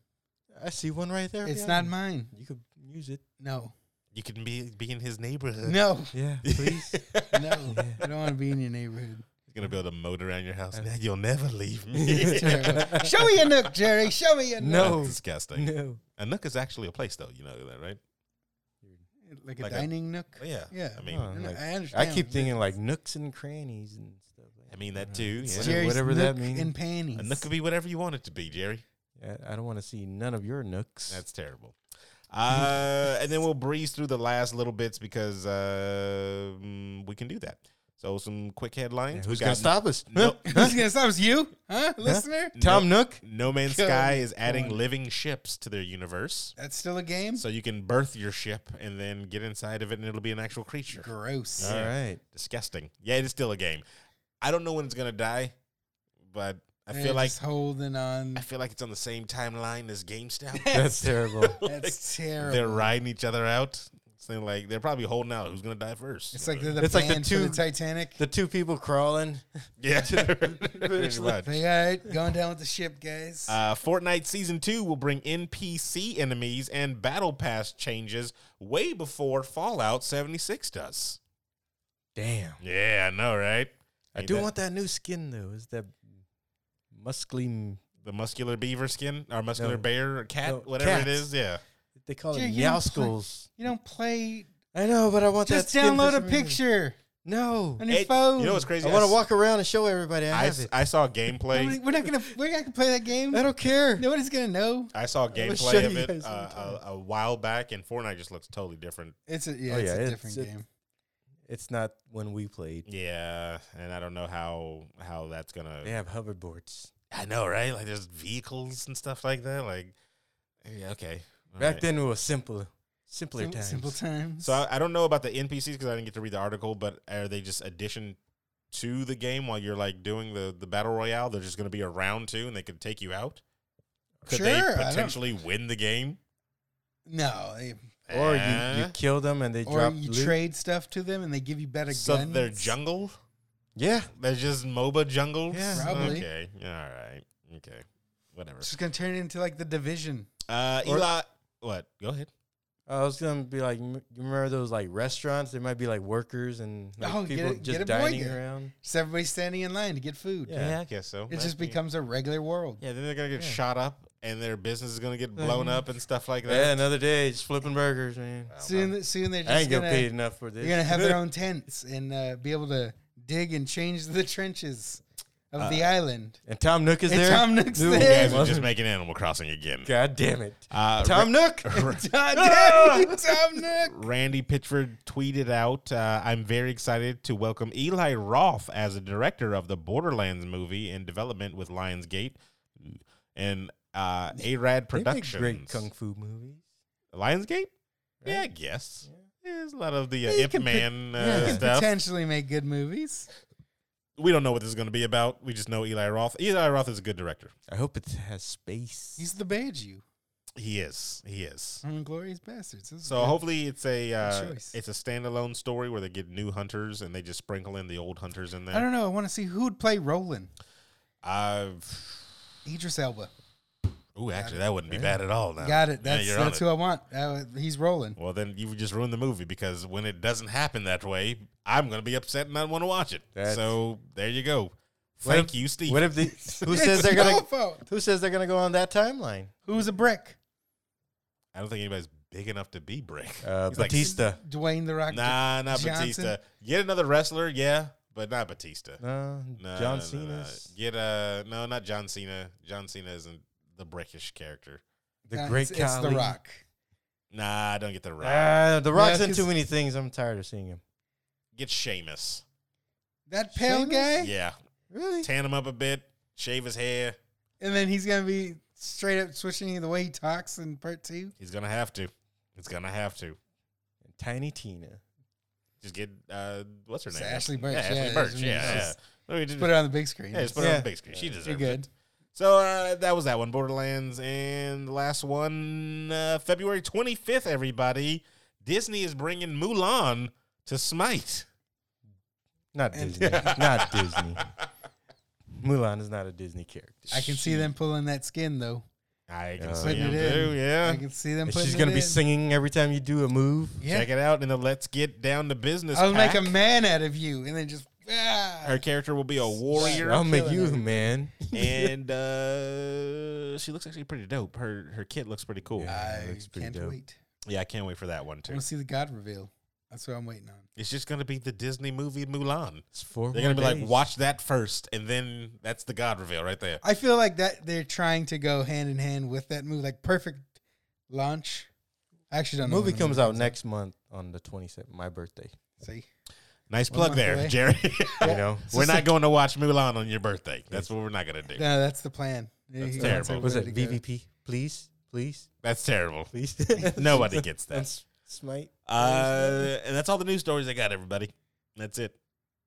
Speaker 3: I see one right there.
Speaker 4: It's
Speaker 3: behind
Speaker 4: not mine.
Speaker 3: me. You could use it.
Speaker 4: No,
Speaker 2: you can be be in his neighborhood.
Speaker 4: no,
Speaker 3: Yeah, please.
Speaker 4: no. I don't want to be in your neighborhood.
Speaker 2: He's gonna build a moat around your house. Now you'll never leave me.
Speaker 4: It's terrible. Show me your nook, Jerry. Show me your nook.
Speaker 3: No.
Speaker 2: That's disgusting.
Speaker 3: no.
Speaker 2: A nook is actually a place, though. You know that, right?
Speaker 4: Like a
Speaker 2: Like a- Oh,
Speaker 4: dining nook.
Speaker 2: Yeah.
Speaker 4: Yeah.
Speaker 2: I mean,
Speaker 3: Huh.
Speaker 4: I,
Speaker 3: Like, I
Speaker 4: understand.
Speaker 3: keep thinking like nooks and crannies and stuff.
Speaker 2: I mean that too.
Speaker 3: It's
Speaker 2: yeah.
Speaker 3: Jerry- whatever that
Speaker 4: nook
Speaker 3: means.
Speaker 4: And panties.
Speaker 2: A nook could be whatever you want it to be, Jerry.
Speaker 3: I, I don't want to see none of your nooks.
Speaker 2: That's terrible. Uh, and then we'll breeze through the last little bits because uh, mm, we can do that. So some quick headlines.
Speaker 3: who's
Speaker 2: We
Speaker 3: gonna
Speaker 2: got-
Speaker 3: stop us?
Speaker 2: No-
Speaker 3: Huh?
Speaker 4: Who's gonna stop? It's you, huh, listener?
Speaker 3: Tom Nook.
Speaker 2: No Man's
Speaker 4: Come
Speaker 2: Sky is adding
Speaker 4: on.
Speaker 2: living ships to their universe.
Speaker 4: That's still a game.
Speaker 2: So you can birth your ship and then get inside of it and it'll be an actual creature.
Speaker 4: Gross.
Speaker 3: All right.
Speaker 2: Disgusting. Yeah, it is still a game. I don't know when it's gonna die, but I feel like
Speaker 4: just holding on.
Speaker 2: I feel like it's on the same timeline as GameStop.
Speaker 3: That's terrible.
Speaker 4: That's terrible.
Speaker 2: They're riding each other out. So like they're probably holding out who's gonna die first.
Speaker 4: It's like they're the
Speaker 3: It's like the
Speaker 4: band from
Speaker 3: two-
Speaker 4: the Titanic.
Speaker 3: the two people crawling.
Speaker 2: yeah, pretty much.
Speaker 4: They all right, going down with the ship, guys.
Speaker 2: Uh, Fortnite Season 2 will bring NPC enemies and Battle Pass changes way before Fallout 76 does.
Speaker 3: Damn.
Speaker 2: Yeah, I know, right?
Speaker 3: I
Speaker 2: Ain't
Speaker 3: do
Speaker 2: that-
Speaker 3: want that new skin though. Is that muscly? m-
Speaker 2: the muscular beaver skin or muscular
Speaker 3: No.
Speaker 2: bear or cat,
Speaker 3: No,
Speaker 2: whatever
Speaker 3: cats.
Speaker 2: it is. Yeah.
Speaker 3: They call
Speaker 4: Jerry,
Speaker 3: it
Speaker 4: you don't play-
Speaker 3: meowskulls.
Speaker 4: you don't play.
Speaker 3: I know, but I want
Speaker 4: Just
Speaker 3: that. skin for
Speaker 4: download a
Speaker 3: some reason.
Speaker 4: picture
Speaker 3: No,
Speaker 4: on your
Speaker 2: It-
Speaker 4: phone.
Speaker 2: You know what's crazy?
Speaker 3: I want
Speaker 2: s-
Speaker 3: to walk around and show everybody I
Speaker 2: I,
Speaker 3: have
Speaker 2: s-
Speaker 3: it.
Speaker 2: I saw
Speaker 4: Nobody-
Speaker 2: gameplay.
Speaker 4: We're not gonna. We're not gonna play that game.
Speaker 3: I don't care.
Speaker 4: Nobody's gonna know.
Speaker 2: I saw
Speaker 3: gonna show
Speaker 2: gameplay of
Speaker 3: you
Speaker 2: it
Speaker 3: guys
Speaker 2: uh,
Speaker 3: sometime.
Speaker 2: a, a while back, and Fortnite just looks totally different.
Speaker 4: It's a yeah.
Speaker 3: Oh,
Speaker 4: it's
Speaker 3: yeah,
Speaker 4: a
Speaker 3: it's-
Speaker 4: different
Speaker 3: it's-
Speaker 4: game.
Speaker 3: It's not when we played.
Speaker 2: Yeah, and I don't know how how that's gonna.
Speaker 3: They have hoverboards.
Speaker 2: I know, right? Like there's vehicles and stuff like that. Like, yeah, okay. All
Speaker 3: Back
Speaker 2: right.
Speaker 3: then it was simple, simpler
Speaker 4: Sim-
Speaker 3: times.
Speaker 4: Simple times.
Speaker 2: So I, I don't know about the NPCs because I didn't get to read the article, but are they just addition to the game while you're like doing the, the battle royale? They're just going to be around too, and they could take you out. Could they
Speaker 4: Sure, I don't-
Speaker 2: potentially win the game?
Speaker 4: no, they,
Speaker 3: Or you, you
Speaker 2: Eh?
Speaker 3: kill them and they
Speaker 4: or
Speaker 3: drop
Speaker 4: you
Speaker 3: loot.
Speaker 4: trade stuff to them and they give you better
Speaker 2: so
Speaker 4: guns.
Speaker 2: they're jungle.
Speaker 3: Yeah,
Speaker 2: They're just MOBA jungles.
Speaker 3: Yeah.
Speaker 4: Probably.
Speaker 2: Okay. All right. Okay. Whatever.
Speaker 4: It's just gonna turn it into like the division.
Speaker 2: Uh,
Speaker 3: Or-
Speaker 2: Eli, what? Go ahead.
Speaker 3: I was gonna be like, m- you remember those like restaurants? There might be like workers and like,
Speaker 4: Oh, get
Speaker 3: people
Speaker 4: a- get
Speaker 3: just
Speaker 4: a
Speaker 3: dining
Speaker 4: burger.
Speaker 3: around.
Speaker 4: Just everybody standing in line to get food.
Speaker 3: Yeah.
Speaker 2: I guess so.
Speaker 4: It
Speaker 2: Might
Speaker 4: just
Speaker 2: be-
Speaker 4: becomes a regular world.
Speaker 2: Yeah. Then they're gonna get
Speaker 3: Yeah.
Speaker 2: shot up, and their business is gonna get blown
Speaker 3: Mhm.
Speaker 2: up and stuff like
Speaker 3: Yeah,
Speaker 2: that. Oh,
Speaker 3: another day, just flipping burgers, man.
Speaker 2: I don't know.
Speaker 4: Soon, soon
Speaker 3: I
Speaker 4: they're
Speaker 3: ain't
Speaker 4: just
Speaker 3: gonna,
Speaker 4: gonna,
Speaker 3: paid enough for this.
Speaker 4: they're gonna have their own tents and uh, be able to dig and change the trenches of the
Speaker 3: Uh,
Speaker 4: island.
Speaker 3: And Tom Nook is
Speaker 4: And
Speaker 3: there.
Speaker 4: Tom Nook's
Speaker 3: Ooh,
Speaker 4: there.
Speaker 2: You guys
Speaker 4: It
Speaker 2: are just making Animal Crossing again.
Speaker 3: God damn it,
Speaker 2: Uh,
Speaker 3: Tom Nook.
Speaker 4: God damn you, Tom Nook!
Speaker 2: Randy Pitchford tweeted out, uh, I'm very excited to welcome Eli Roth as the director of the Borderlands movie in development with Lionsgate and uh, Arad
Speaker 3: They make
Speaker 2: Productions.
Speaker 3: great kung fu movies.
Speaker 2: Lionsgate? Yeah, I
Speaker 3: Right?
Speaker 2: guess.
Speaker 3: Yeah.
Speaker 2: Yeah, There's a lot of the uh,
Speaker 4: You
Speaker 2: Ip
Speaker 4: can put-
Speaker 2: Man uh,
Speaker 4: You could
Speaker 2: stuff.
Speaker 4: potentially make good movies.
Speaker 2: we don't know what this is going to be about. We just know Eli Roth. Eli Roth is a good director.
Speaker 3: I hope it has space.
Speaker 4: He's the bad you
Speaker 2: He is. He is.
Speaker 4: from Inglorious Bastards. This is
Speaker 2: So
Speaker 4: Mm, good.
Speaker 2: hopefully it's a uh,
Speaker 4: choice.
Speaker 2: it's a standalone story where they get new hunters and they just sprinkle in the old hunters in there.
Speaker 4: I don't know. I want to see who would play Roland.
Speaker 2: I've.
Speaker 4: Idris Elba.
Speaker 2: Ooh, actually, that wouldn't be bad at
Speaker 3: Uh,
Speaker 2: all. Now.
Speaker 4: Got it.
Speaker 2: Now
Speaker 4: That's
Speaker 2: you're on
Speaker 4: that's
Speaker 2: it.
Speaker 4: who I want. Uh, he's rolling.
Speaker 2: Well, then you would just ruin the movie because when it doesn't happen that way, I'm going to be upset and I want to watch it.
Speaker 3: That's-
Speaker 2: so there you go.
Speaker 3: What
Speaker 2: Thank
Speaker 3: if-
Speaker 2: you, Steve.
Speaker 3: What if the who
Speaker 4: It's
Speaker 3: says they're
Speaker 4: your
Speaker 3: gonna
Speaker 4: fault.
Speaker 3: who says they're gonna go on that timeline?
Speaker 4: Who's a brick?
Speaker 2: I don't think anybody's big enough to be Brick.
Speaker 3: Uh,
Speaker 2: He's like,
Speaker 3: Batista.
Speaker 4: Dwayne the Rock.
Speaker 2: nah, not
Speaker 4: Johnson?
Speaker 2: Batista. Get another wrestler, yeah, but not Batista.
Speaker 3: No,
Speaker 2: No,
Speaker 3: Uh, John
Speaker 2: no, no, no.
Speaker 3: Cena's
Speaker 2: Get uh, no, not John Cena. John Cena isn't the Brickish character.
Speaker 3: the
Speaker 4: Nah,
Speaker 3: great
Speaker 4: It's, it's the
Speaker 3: Khali.
Speaker 4: Rock.
Speaker 2: Nah, don't get the Rock.
Speaker 3: Ah, the Rock's
Speaker 4: Yeah,
Speaker 3: in too
Speaker 4: 'cause-
Speaker 3: many things. I'm tired of seeing him.
Speaker 2: Get Sheamus.
Speaker 4: That pale
Speaker 3: Sheamus?
Speaker 4: guy.
Speaker 2: Yeah,
Speaker 3: Really?
Speaker 2: tan him up a bit, shave his hair.
Speaker 4: And then he's gonna be straight up switching the way he talks in part two.
Speaker 2: He's gonna have to. It's gonna have to.
Speaker 3: Tiny Tina.
Speaker 2: Just get uh, what's her
Speaker 4: It's
Speaker 2: name?
Speaker 4: Ashley Burch,
Speaker 2: Yeah, Ashley
Speaker 4: yeah,
Speaker 2: Burch.
Speaker 4: it's-
Speaker 2: Yeah, yeah.
Speaker 4: just
Speaker 2: Let me just-
Speaker 4: Put it on the big screen.
Speaker 2: yeah, just put her on the big screen. She
Speaker 4: You're
Speaker 2: deserves
Speaker 4: good.
Speaker 2: it. So uh, that was that one, Borderlands, and the last one, uh, February twenty fifth. Everybody, Disney is bringing Mulan to Smite.
Speaker 3: Not
Speaker 4: And-
Speaker 3: Disney. not Disney. Mulan is not a Disney character.
Speaker 4: I can see them pulling that skin though.
Speaker 2: I can
Speaker 3: Uh,
Speaker 2: see
Speaker 3: Putting
Speaker 2: him
Speaker 4: it
Speaker 2: too.
Speaker 4: in.
Speaker 2: Yeah,
Speaker 4: I can see them
Speaker 3: And
Speaker 4: putting.
Speaker 3: she's gonna
Speaker 4: it
Speaker 3: be
Speaker 4: in.
Speaker 3: singing every time you do a move.
Speaker 4: Yeah.
Speaker 2: check it out in the Let's Get Down to Business.
Speaker 4: I'll make
Speaker 2: pack.
Speaker 4: a man out of you, and then just ah.
Speaker 2: Her character will be a warrior.
Speaker 3: I'll make
Speaker 4: killing
Speaker 3: you, a
Speaker 4: everything.
Speaker 3: man.
Speaker 2: and uh, she looks actually pretty dope. Her her kit looks pretty cool. Yeah.
Speaker 3: Yeah.
Speaker 4: I
Speaker 3: looks pretty
Speaker 4: can't
Speaker 3: dope.
Speaker 4: wait.
Speaker 2: I can't wait for that one
Speaker 4: I
Speaker 2: too.
Speaker 4: want to see the God reveal. That's what I'm waiting on.
Speaker 2: It's just gonna be the Disney movie Mulan.
Speaker 3: It's four
Speaker 2: They're gonna be
Speaker 3: more
Speaker 2: like,
Speaker 3: days.
Speaker 2: watch that first, and then that's the God reveal right there.
Speaker 4: I feel like that they're trying to go hand in hand with that movie, like perfect launch. I actually don't know.
Speaker 3: movie
Speaker 4: when the
Speaker 3: comes out next month on the 27th, my birthday.
Speaker 4: See,
Speaker 2: Nice
Speaker 4: One
Speaker 2: plug
Speaker 4: month
Speaker 2: there,
Speaker 4: away.
Speaker 2: Jerry.
Speaker 3: You know,
Speaker 2: we're not going to watch Mulan on your birthday. That's what we're not gonna do.
Speaker 4: no, that's the plan.
Speaker 2: That's
Speaker 4: He wants
Speaker 2: terrible.
Speaker 4: everybody
Speaker 3: was it
Speaker 4: to go.
Speaker 3: VVP? Please, please,
Speaker 2: That's terrible.
Speaker 3: please.
Speaker 2: Nobody gets that.
Speaker 3: That's Smite.
Speaker 2: Uh, and that's all the news stories I got, everybody. That's it.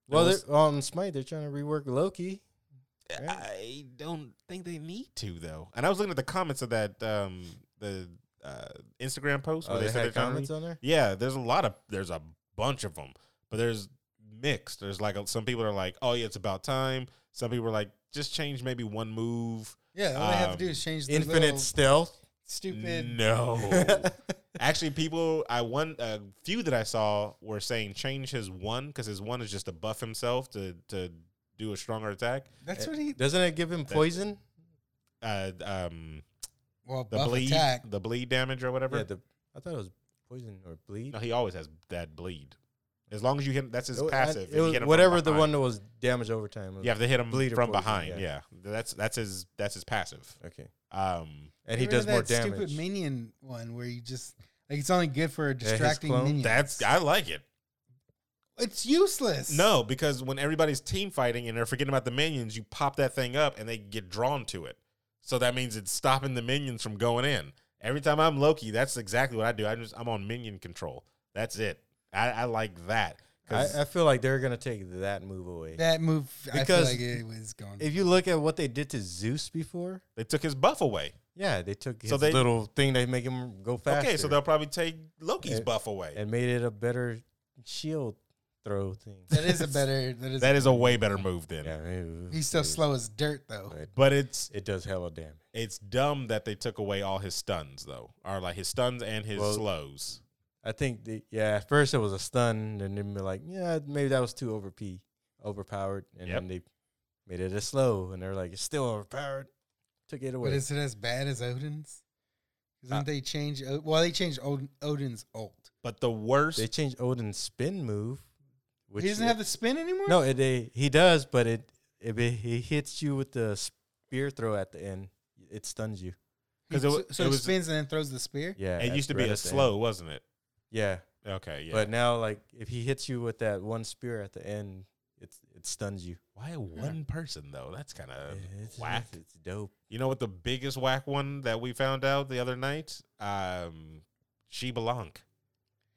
Speaker 3: Well,
Speaker 2: That was-
Speaker 3: they're, on Smite, they're trying to rework Loki. Right.
Speaker 2: I don't think they need to though. And I was looking at the comments of that um the uh, Instagram post where
Speaker 3: Oh,
Speaker 2: they,
Speaker 3: they
Speaker 2: said
Speaker 3: had
Speaker 2: they're trying to-
Speaker 3: comments on there.
Speaker 2: Yeah, there's a lot of there's a bunch of them, but there's mixed. There's like some people are like, "Oh yeah, it's about time." Some people are like, "Just change maybe one move."
Speaker 4: Yeah, all they have
Speaker 2: Um,
Speaker 4: to do is change the
Speaker 3: Infinite
Speaker 4: little
Speaker 3: Stealth.
Speaker 4: stupid.
Speaker 2: No. Actually, people, I one a few that I saw were saying change his one because his one is just to buff himself to to do a stronger attack.
Speaker 4: That's what he.
Speaker 3: Eh, Doesn't it give him poison?
Speaker 2: Uh, um,
Speaker 4: Well,
Speaker 2: the
Speaker 4: buff
Speaker 2: bleed,
Speaker 4: attack.
Speaker 2: the bleed damage or whatever.
Speaker 3: Yeah, the, I thought it was poison or bleed.
Speaker 2: no, he always has that bleed. As long as you hit, that's his
Speaker 3: It wa- I-
Speaker 2: passive. If
Speaker 3: It
Speaker 2: you
Speaker 3: was
Speaker 2: hit him from
Speaker 3: whatever the
Speaker 2: behind-
Speaker 3: one that was damaged overtime.
Speaker 2: You have to hit him
Speaker 3: Bleed or
Speaker 2: from
Speaker 3: poison,
Speaker 2: behind. Yeah.
Speaker 3: yeah.
Speaker 2: that's that's his that's his passive.
Speaker 3: Okay.
Speaker 2: Um,
Speaker 3: And
Speaker 4: Get
Speaker 3: he
Speaker 4: rid
Speaker 3: does
Speaker 4: of
Speaker 3: more
Speaker 4: that
Speaker 3: damage.
Speaker 4: Stupid minion one where you just like it's only good for
Speaker 3: his
Speaker 4: distracting
Speaker 3: clone?
Speaker 4: minions.
Speaker 2: that's I like it.
Speaker 4: it's useless.
Speaker 2: No, because when everybody's team fighting and they're forgetting about the minions, you pop that thing up and they get drawn to it. So that means it's stopping the minions from going in. Every time I'm Loki, that's exactly what I do. I just I'm on minion control. That's it. I, I like that. 'Cause-
Speaker 3: I, I feel like they're gonna take that move away.
Speaker 4: that move. I feel
Speaker 3: Because
Speaker 4: like it was going.
Speaker 3: if you look at what they did to Zeus before,
Speaker 2: They took his buff away.
Speaker 3: yeah, they took his
Speaker 2: So they-
Speaker 3: little thing that make him go faster.
Speaker 2: Okay, so they'll probably take Loki's
Speaker 3: And-
Speaker 2: buff away.
Speaker 3: and made it a better shield throw thing.
Speaker 4: that is a better. That is.
Speaker 2: that is a way better move then.
Speaker 3: yeah, it-
Speaker 4: he's still
Speaker 3: it-
Speaker 4: slow as dirt though.
Speaker 3: But
Speaker 2: But it's
Speaker 3: it does hella damage.
Speaker 2: it's dumb that they took away all his stuns though, or like his stuns and his
Speaker 3: Well-
Speaker 2: slows.
Speaker 3: I think the, yeah, at first it was a stun, and then they're like, yeah, maybe that was too over P, overpowered, and
Speaker 2: Yep.
Speaker 3: then they made it a slow, and they're like, it's still overpowered. Took it away.
Speaker 4: But is it as bad as Odin's? Didn't
Speaker 3: Uh,
Speaker 4: they change? O- Well, they changed Odin, Odin's ult.
Speaker 2: But the worst,
Speaker 3: they changed Odin's spin move. Which
Speaker 4: he doesn't
Speaker 3: it-
Speaker 4: have the spin anymore.
Speaker 3: no. It, they, he does, but it if it, he hits you with the spear throw at the end, it stuns you.
Speaker 4: He-
Speaker 2: 'cause it wa-
Speaker 4: so so
Speaker 2: it
Speaker 4: he
Speaker 2: was-
Speaker 4: spins and then throws the spear.
Speaker 3: Yeah,
Speaker 2: it
Speaker 3: at-
Speaker 2: used to
Speaker 3: right
Speaker 2: be a
Speaker 3: at the end.
Speaker 2: slow, wasn't it?
Speaker 3: Yeah,
Speaker 2: Okay, yeah.
Speaker 3: but now like if he hits you with that one spear at the end, it's it stuns you.
Speaker 2: why one person though? That's kind of
Speaker 3: it's,
Speaker 2: whack.
Speaker 3: It's dope.
Speaker 2: You know what the biggest whack one that we found out the other night? Um, Sheba Blanc.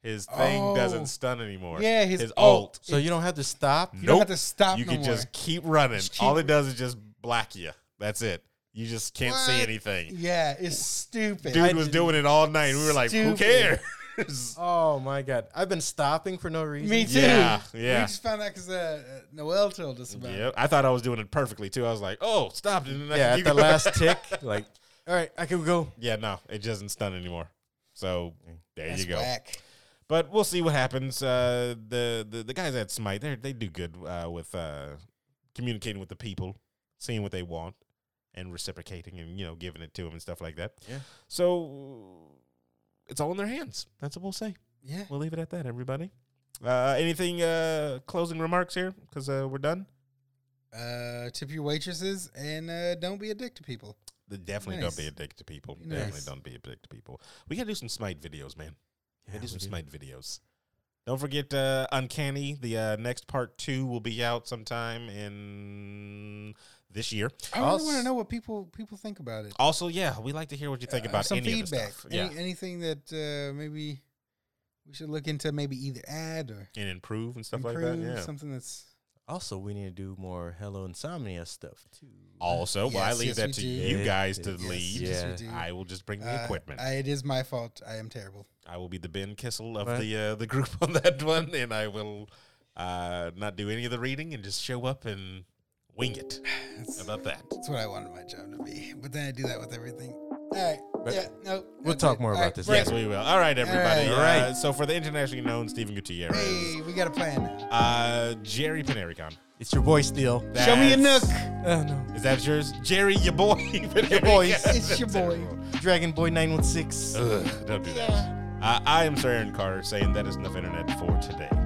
Speaker 2: His thing
Speaker 4: Oh.
Speaker 2: doesn't stun anymore.
Speaker 4: Yeah, his
Speaker 2: ult.
Speaker 4: ult.
Speaker 3: So you don't have to stop.
Speaker 4: You don't have
Speaker 2: Nope.
Speaker 4: to stop.
Speaker 2: you
Speaker 4: no
Speaker 2: can
Speaker 4: more.
Speaker 2: just keep running.
Speaker 4: Just
Speaker 2: All
Speaker 4: keep-
Speaker 2: it does is just black you. That's it. You just can't see
Speaker 4: What?
Speaker 2: anything.
Speaker 4: Yeah, it's stupid.
Speaker 2: Dude was doing it all night. We were like, who
Speaker 4: Stupid.
Speaker 2: cares? years.
Speaker 3: Oh my god, I've been stopping for no reason.
Speaker 4: Me too.
Speaker 2: Yeah,
Speaker 4: We
Speaker 2: yeah.
Speaker 4: just found out because uh, uh, Noel told us about it.
Speaker 2: Yep. I thought I was doing it perfectly too. I was like, oh, stop. And then I-
Speaker 3: Yeah,
Speaker 2: you
Speaker 3: at the
Speaker 2: go-
Speaker 3: last tick, like, all right, I can go.
Speaker 2: Yeah, no, it doesn't stun anymore. So there
Speaker 4: That's
Speaker 2: you go.
Speaker 4: whack.
Speaker 2: But we'll see what happens. Uh, the, the the guys at Smite, they they do good uh, with uh, communicating with the people, seeing what they want, and reciprocating, and you know, giving it to them and stuff like that.
Speaker 3: Yeah.
Speaker 2: So it's all in their hands. That's what we'll say.
Speaker 4: Yeah.
Speaker 2: We'll leave it at that, everybody. Uh, anything uh, closing remarks here? Because uh, we're done.
Speaker 4: Uh, tip your waitresses and uh, don't be a dick to people.
Speaker 2: The- Definitely don't be
Speaker 4: Nice.
Speaker 2: a dick to people.
Speaker 4: Nice.
Speaker 2: Definitely don't be a dick to people. We gotta do some Smite videos, man.
Speaker 3: Yeah,
Speaker 2: I do
Speaker 3: we
Speaker 2: some
Speaker 3: do.
Speaker 2: Smite videos. Don't forget uh, Uncanny. The uh, next part two will be out sometime in this year.
Speaker 4: I really
Speaker 3: Also-
Speaker 4: want to know what people people think about it.
Speaker 2: Also, yeah, we like to hear what you think
Speaker 4: Uh,
Speaker 2: about
Speaker 4: some
Speaker 2: any
Speaker 4: feedback.
Speaker 2: of the stuff. Yeah,
Speaker 4: Any, anything that uh, maybe we should look into, maybe either add or
Speaker 2: and improve and stuff like
Speaker 4: improve.
Speaker 2: that. Yeah.
Speaker 4: Something that's
Speaker 3: Also, we need to do more Hello Insomnia stuff too.
Speaker 2: also, well, I
Speaker 4: Yes,
Speaker 2: leave
Speaker 4: yes,
Speaker 2: that
Speaker 4: we
Speaker 2: to
Speaker 4: do.
Speaker 2: you
Speaker 3: Yeah,
Speaker 2: guys to
Speaker 3: yes,
Speaker 2: lead.
Speaker 3: yes,
Speaker 4: we Yeah. do.
Speaker 2: I will just bring the
Speaker 4: Uh,
Speaker 2: equipment. I,
Speaker 4: I, it is my fault. I am terrible.
Speaker 2: will be the Ben Kissel of
Speaker 3: Right.
Speaker 2: the uh, the group on that one, and I will uh, not do any of the reading and just show up and wing it. How
Speaker 4: That's,
Speaker 2: about that?
Speaker 4: that's what I wanted my job to be. But then I do that with everything. All right.
Speaker 3: But
Speaker 4: yeah. No.
Speaker 3: we'll
Speaker 4: that's
Speaker 3: talk
Speaker 4: it.
Speaker 3: more
Speaker 4: All
Speaker 3: about
Speaker 4: right,
Speaker 3: this
Speaker 4: break.
Speaker 2: Yes, we will. All right, everybody.
Speaker 4: All
Speaker 2: All
Speaker 4: right.
Speaker 2: right. so for the internationally known Stephen Gutierrez,
Speaker 4: Hey, we got a plan now.
Speaker 2: uh, Jerry Panaricon.
Speaker 3: It's your boy Steel.
Speaker 4: Show me a nook.
Speaker 2: That's-
Speaker 3: Oh no,
Speaker 2: Is that yours? Jerry, your boy. your
Speaker 3: boy.
Speaker 4: It's your boy.
Speaker 3: Dragon Boy Nine One Six.
Speaker 2: Ugh, don't do that. Uh, I am Sir Aaron Carter saying that is enough internet for today.